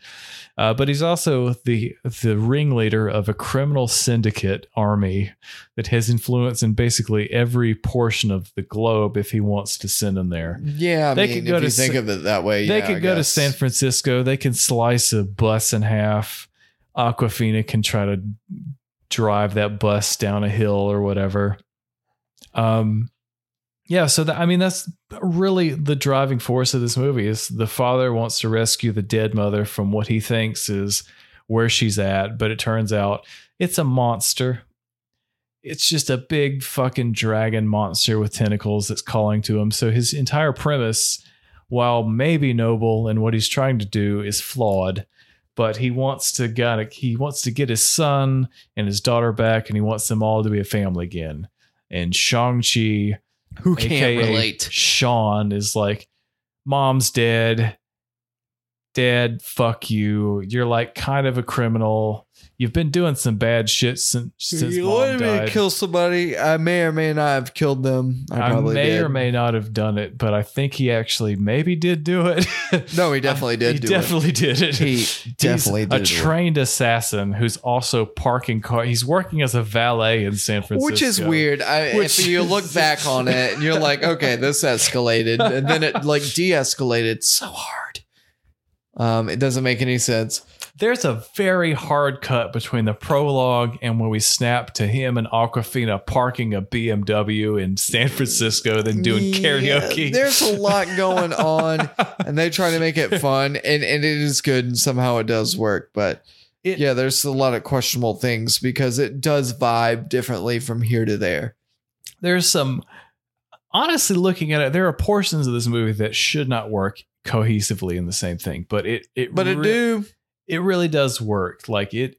[SPEAKER 1] Uh, but he's also the the ringleader of a criminal syndicate army that has influence in basically every portion of the globe if he wants to send him there.
[SPEAKER 2] Yeah, I
[SPEAKER 1] They
[SPEAKER 2] mean
[SPEAKER 1] could go
[SPEAKER 2] if
[SPEAKER 1] to
[SPEAKER 2] you think
[SPEAKER 1] Sa-
[SPEAKER 2] of it that way.
[SPEAKER 1] They
[SPEAKER 2] yeah, I
[SPEAKER 1] could go to
[SPEAKER 2] guess.
[SPEAKER 1] San Francisco. They can slice a bus in half. Aquafina can try to drive that bus down a hill or whatever. Um, yeah. So that, I mean, that's really the driving force of this movie is the father wants to rescue the dead mother from what he thinks is where she's at, but it turns out it's a monster. It's just a big fucking dragon monster with tentacles that's calling to him. So his entire premise, while maybe noble and what he's trying to do is flawed, but he wants to gotta, he wants to get his son and his daughter back and he wants them all to be a family again. And Shang-Chi
[SPEAKER 2] Who can't
[SPEAKER 1] AKA
[SPEAKER 2] relate?
[SPEAKER 1] Sean is like, Mom's dead. Dad, fuck you. You're like kind of a criminal. You've been doing some bad shit since since
[SPEAKER 2] you
[SPEAKER 1] mom
[SPEAKER 2] wanted me
[SPEAKER 1] died.
[SPEAKER 2] to kill somebody. I may or may not have killed them. I,
[SPEAKER 1] I,
[SPEAKER 2] probably
[SPEAKER 1] may
[SPEAKER 2] did.
[SPEAKER 1] or may not have done it, but I think he actually maybe did do it.
[SPEAKER 2] No, he definitely did
[SPEAKER 1] He
[SPEAKER 2] do it.
[SPEAKER 1] definitely did it.
[SPEAKER 2] He definitely
[SPEAKER 1] He's
[SPEAKER 2] did
[SPEAKER 1] a
[SPEAKER 2] it.
[SPEAKER 1] trained assassin who's also parking car. He's working as a valet in San Francisco,
[SPEAKER 2] Which is weird. I,
[SPEAKER 1] Which
[SPEAKER 2] if you
[SPEAKER 1] is-
[SPEAKER 2] look back on it, and you're like, okay, this escalated, and then it like de-escalated so hard. Um, it doesn't make any sense.
[SPEAKER 1] there's a very hard cut between the prologue and when we snap to him and Aquafina parking a BMW in San Francisco, then doing
[SPEAKER 2] Yeah,
[SPEAKER 1] karaoke.
[SPEAKER 2] there's a lot going on, and they try to make it fun, and and it is good, and somehow it does work. But
[SPEAKER 1] It-
[SPEAKER 2] yeah, there's a lot of questionable things because it does vibe differently from here to there.
[SPEAKER 1] there's some honestly looking at it, there are portions of this movie that should not work cohesively in the same thing, but it it
[SPEAKER 2] But it
[SPEAKER 1] re-
[SPEAKER 2] do
[SPEAKER 1] it really does work. Like it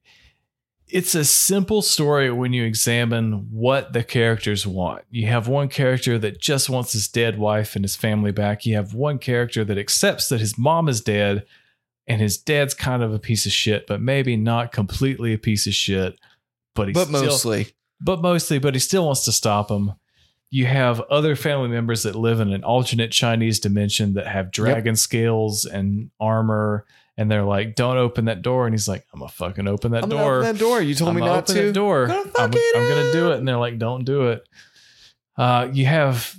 [SPEAKER 1] it's a simple story when you examine what the characters want. You have one character that just wants his dead wife and his family back. You have one character that accepts that his mom is dead and his dad's kind of a piece of shit, but maybe not completely a piece of shit. But he's
[SPEAKER 2] but
[SPEAKER 1] still-
[SPEAKER 2] mostly
[SPEAKER 1] but mostly, but he still wants to stop him. You have other family members that live in an alternate Chinese dimension that have dragon scales and armor, and they're like, "Don't open that door," and he's like, "I'm gonna fucking open that
[SPEAKER 2] I'm gonna
[SPEAKER 1] door.
[SPEAKER 2] open that door. You told
[SPEAKER 1] I'm
[SPEAKER 2] me
[SPEAKER 1] gonna
[SPEAKER 2] not
[SPEAKER 1] open that
[SPEAKER 2] to.
[SPEAKER 1] door.
[SPEAKER 2] Gonna
[SPEAKER 1] I'm,
[SPEAKER 2] fuck it
[SPEAKER 1] I'm gonna
[SPEAKER 2] up."
[SPEAKER 1] do it," and they're like, "Don't do it." Uh, you have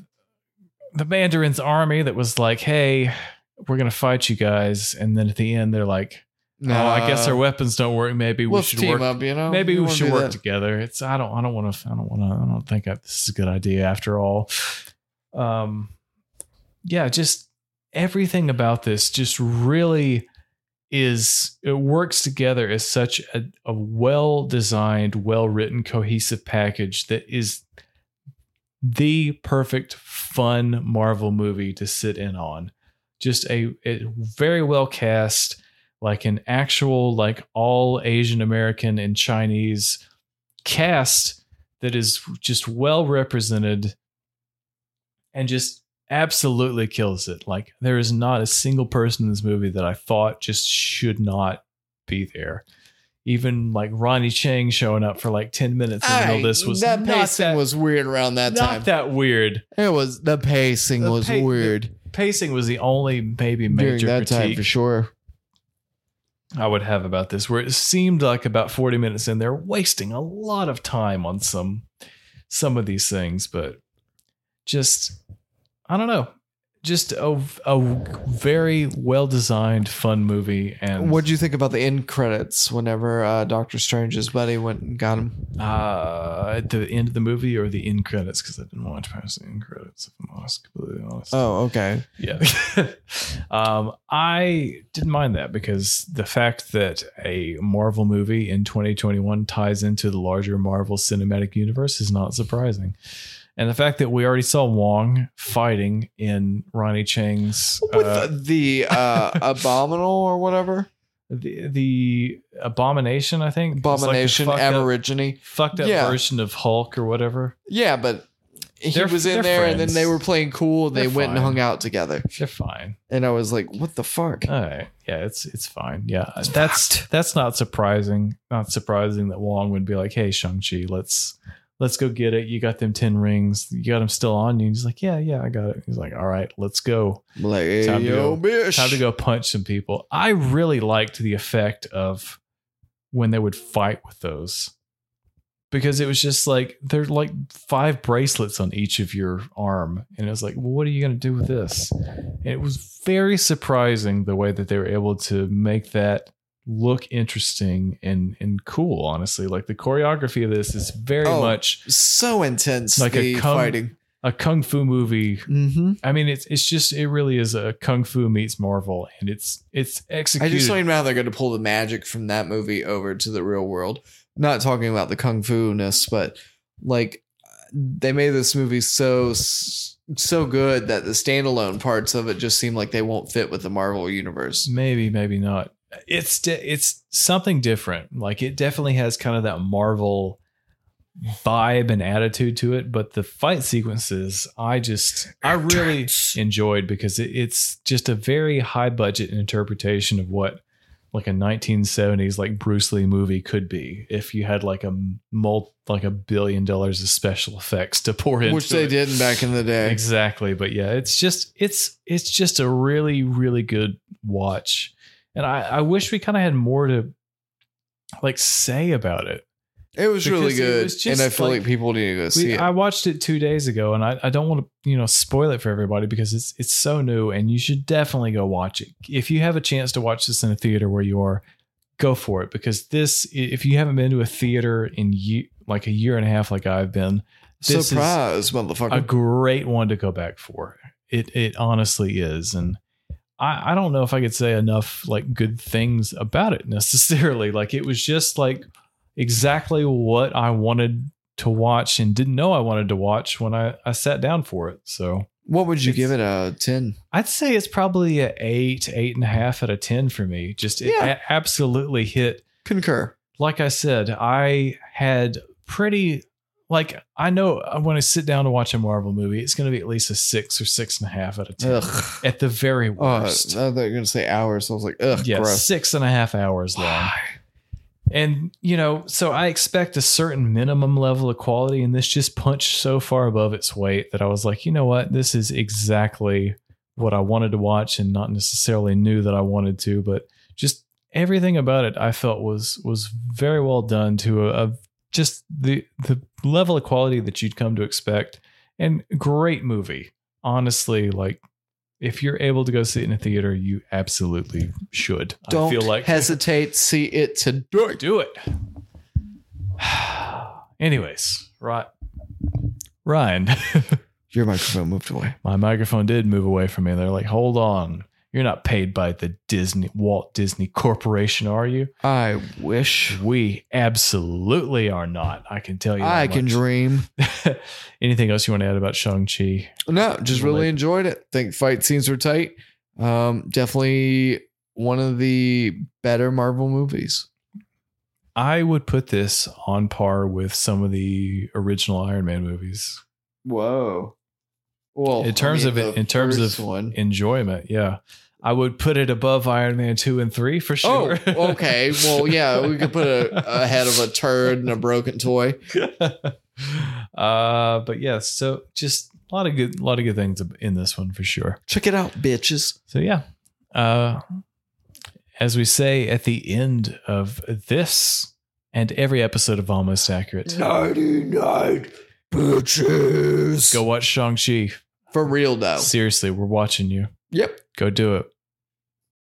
[SPEAKER 1] the Mandarin's army that was like, "Hey, we're gonna fight you guys," and then at the end, they're like, "Oh, I guess our weapons don't work. Maybe we
[SPEAKER 2] we'll
[SPEAKER 1] should
[SPEAKER 2] team
[SPEAKER 1] work
[SPEAKER 2] up. You know,
[SPEAKER 1] maybe we
[SPEAKER 2] wanna
[SPEAKER 1] should
[SPEAKER 2] do
[SPEAKER 1] work
[SPEAKER 2] that.
[SPEAKER 1] together. It's I don't I don't want to I don't want to I don't think I, this is a good idea after all. Um, yeah, just everything about this just really is it works together as such a, a well designed, well written, cohesive package that is the perfect fun Marvel movie to sit in on. Just a, a very well cast like an actual like all Asian American and Chinese cast that is just well represented and just absolutely kills it. Like there is not a single person in this movie that I thought just should not be there. Even like Ronnie Chang showing up for like ten minutes in the middle of this was
[SPEAKER 2] that
[SPEAKER 1] not
[SPEAKER 2] pacing
[SPEAKER 1] that,
[SPEAKER 2] was weird around that
[SPEAKER 1] not
[SPEAKER 2] time.
[SPEAKER 1] that weird.
[SPEAKER 2] it was the pacing
[SPEAKER 1] The
[SPEAKER 2] was
[SPEAKER 1] pa- the
[SPEAKER 2] weird
[SPEAKER 1] Pacing was the only maybe
[SPEAKER 2] during
[SPEAKER 1] major
[SPEAKER 2] that time
[SPEAKER 1] critique
[SPEAKER 2] for sure.
[SPEAKER 1] I would have about this, where it seemed like about forty minutes in, they're wasting a lot of time on some some of these things, but just I don't know, just a a very well designed, fun movie. And
[SPEAKER 2] What do you think about the end credits? Whenever uh, Doctor Strange's buddy went and got him,
[SPEAKER 1] uh, at the end of the movie or the end credits because I didn't watch past the end credits. If I'm honest, completely honest.
[SPEAKER 2] oh okay,
[SPEAKER 1] Yeah. um, I didn't mind that because the fact that a Marvel movie in 2021 ties into the larger Marvel cinematic universe is not surprising. And the fact that we already saw Wong fighting in Ronnie Chang's
[SPEAKER 2] with
[SPEAKER 1] uh,
[SPEAKER 2] the uh, abominal or whatever
[SPEAKER 1] the, the abomination, I think It's like a
[SPEAKER 2] abomination
[SPEAKER 1] fucked up-
[SPEAKER 2] aborigine.
[SPEAKER 1] fucked up
[SPEAKER 2] Yeah.
[SPEAKER 1] version of Hulk or whatever.
[SPEAKER 2] Yeah, but he
[SPEAKER 1] They're-
[SPEAKER 2] was in
[SPEAKER 1] they're
[SPEAKER 2] there, and then
[SPEAKER 1] friends.
[SPEAKER 2] they were playing cool. And they
[SPEAKER 1] They're
[SPEAKER 2] went and
[SPEAKER 1] fine.
[SPEAKER 2] hung out together,
[SPEAKER 1] They're fine.
[SPEAKER 2] and I was like, "What the fuck?"
[SPEAKER 1] All right. Oh, Yeah, it's it's fine. Yeah. that's that's not surprising. Not surprising that Wong would be like, "Hey, Shang-Chi, let's let's go get it. You got them 10 rings. You got them still on you." And he's like, "Yeah, yeah, I got it." He's like, "All right, let's go."
[SPEAKER 2] I'm like, hey,
[SPEAKER 1] Time to
[SPEAKER 2] yo, bitch.
[SPEAKER 1] Time to go punch some people. I really liked the effect of when they would fight with those. Because it was just like they're like five bracelets on each of your arm. And it was like, well, what are you gonna do with this? it was very surprising the way that they were able to make that look interesting and and cool honestly like the choreography of this is very
[SPEAKER 2] Oh.
[SPEAKER 1] much
[SPEAKER 2] So intense,
[SPEAKER 1] Like a
[SPEAKER 2] the
[SPEAKER 1] cum-
[SPEAKER 2] fighting.
[SPEAKER 1] a kung fu movie
[SPEAKER 2] Mm-hmm.
[SPEAKER 1] i mean it's it's just it really is a kung fu meets marvel and it's it's
[SPEAKER 2] I
[SPEAKER 1] executed
[SPEAKER 2] just don't even know how they're going to pull the magic from that movie over to the real world. Not talking about the kung fu ness, but like they made this movie so so good that the standalone parts of it just seem like they won't fit with the Marvel universe.
[SPEAKER 1] maybe maybe not it's di- it's something different like it definitely has kind of that marvel vibe and attitude to it but the fight sequences i just i really enjoyed because it, it's just a very high budget interpretation of what like a 1970s like bruce lee movie could be if you had like a mul- like a billion dollars of special effects to pour into
[SPEAKER 2] Which they
[SPEAKER 1] it.
[SPEAKER 2] didn't back in the day.
[SPEAKER 1] Exactly, but yeah, it's just it's it's just a really really good watch, and I I wish we kind of had more to like say about it.
[SPEAKER 2] It was really
[SPEAKER 1] Because it
[SPEAKER 2] good,
[SPEAKER 1] was just
[SPEAKER 2] and I feel like,
[SPEAKER 1] like-
[SPEAKER 2] people need to go see
[SPEAKER 1] We,
[SPEAKER 2] it.
[SPEAKER 1] I watched it two days ago, and I, I don't want to you know spoil it for everybody because it's it's so new, and you should definitely go watch it if you have a chance to watch this in a theater where you are. Go for it because this if you haven't been to a theater in ye- like a year and a half like I've been, this is-
[SPEAKER 2] Surprise, motherfucker!
[SPEAKER 1] a great one to go back for. It it honestly is, and I I don't know if I could say enough like good things about it necessarily. Like it was just like exactly what I wanted to watch and didn't know I wanted to watch when I I sat down for it. So
[SPEAKER 2] what would you
[SPEAKER 1] it's-
[SPEAKER 2] give it? A ten?
[SPEAKER 1] I'd say it's probably a eight eight and a half out of ten for me. Just it
[SPEAKER 2] Yeah.
[SPEAKER 1] a- absolutely hit
[SPEAKER 2] Concur.
[SPEAKER 1] like I said, I had pretty like I know when I sit down to watch a Marvel movie, it's going to be at least a six or six and a half out of ten
[SPEAKER 2] Ugh.
[SPEAKER 1] at the very
[SPEAKER 2] Oh, I
[SPEAKER 1] worst.
[SPEAKER 2] thought you were gonna say hours. So I was like, ugh,
[SPEAKER 1] yeah,
[SPEAKER 2] gross.
[SPEAKER 1] six and a half hours long. And you know, so I expect a certain minimum level of quality, and this just punched so far above its weight that I was like, you know what, this is exactly what I wanted to watch, and not necessarily knew that I wanted to, but just everything about it I felt was was very well done to a, a just the the level of quality that you'd come to expect, and great movie. Honestly, like if you're able to go see it in a theater, you absolutely should.
[SPEAKER 2] Don't
[SPEAKER 1] I feel like
[SPEAKER 2] hesitate. See it today.
[SPEAKER 1] do it. Anyways, right. Ryan,
[SPEAKER 2] Your microphone moved away.
[SPEAKER 1] my microphone did move away from me. They're like, hold on. You're not paid by the Disney Walt Disney Corporation, are you?
[SPEAKER 2] I wish
[SPEAKER 1] We absolutely are not. I can tell you. that
[SPEAKER 2] I can
[SPEAKER 1] much.
[SPEAKER 2] dream.
[SPEAKER 1] Anything else you want to add about Shang-Chi?
[SPEAKER 2] No, just really enjoyed it. Think fight scenes were tight. Um, definitely one of the better Marvel movies.
[SPEAKER 1] I would put this on par with some of the original Iron Man movies.
[SPEAKER 2] Whoa. Well,
[SPEAKER 1] In terms of it-
[SPEAKER 2] Oh, the
[SPEAKER 1] in terms of-
[SPEAKER 2] first one.
[SPEAKER 1] Enjoyment, yeah. I would put it above Iron Man two and three for
[SPEAKER 2] Oh,
[SPEAKER 1] sure.
[SPEAKER 2] okay. Well, yeah, we could put a, a head of a turd and a broken toy.
[SPEAKER 1] uh, but yeah, so just a lot of good, a lot of good things in this one for sure.
[SPEAKER 2] Check it out, bitches.
[SPEAKER 1] So yeah, uh, as we say at the end of this and every episode of Almost Accurate,
[SPEAKER 2] Ninety nine bitches.
[SPEAKER 1] go watch Shang Chi.
[SPEAKER 2] For real though. Oh.
[SPEAKER 1] Seriously, we're watching you.
[SPEAKER 2] Yep.
[SPEAKER 1] Go do it.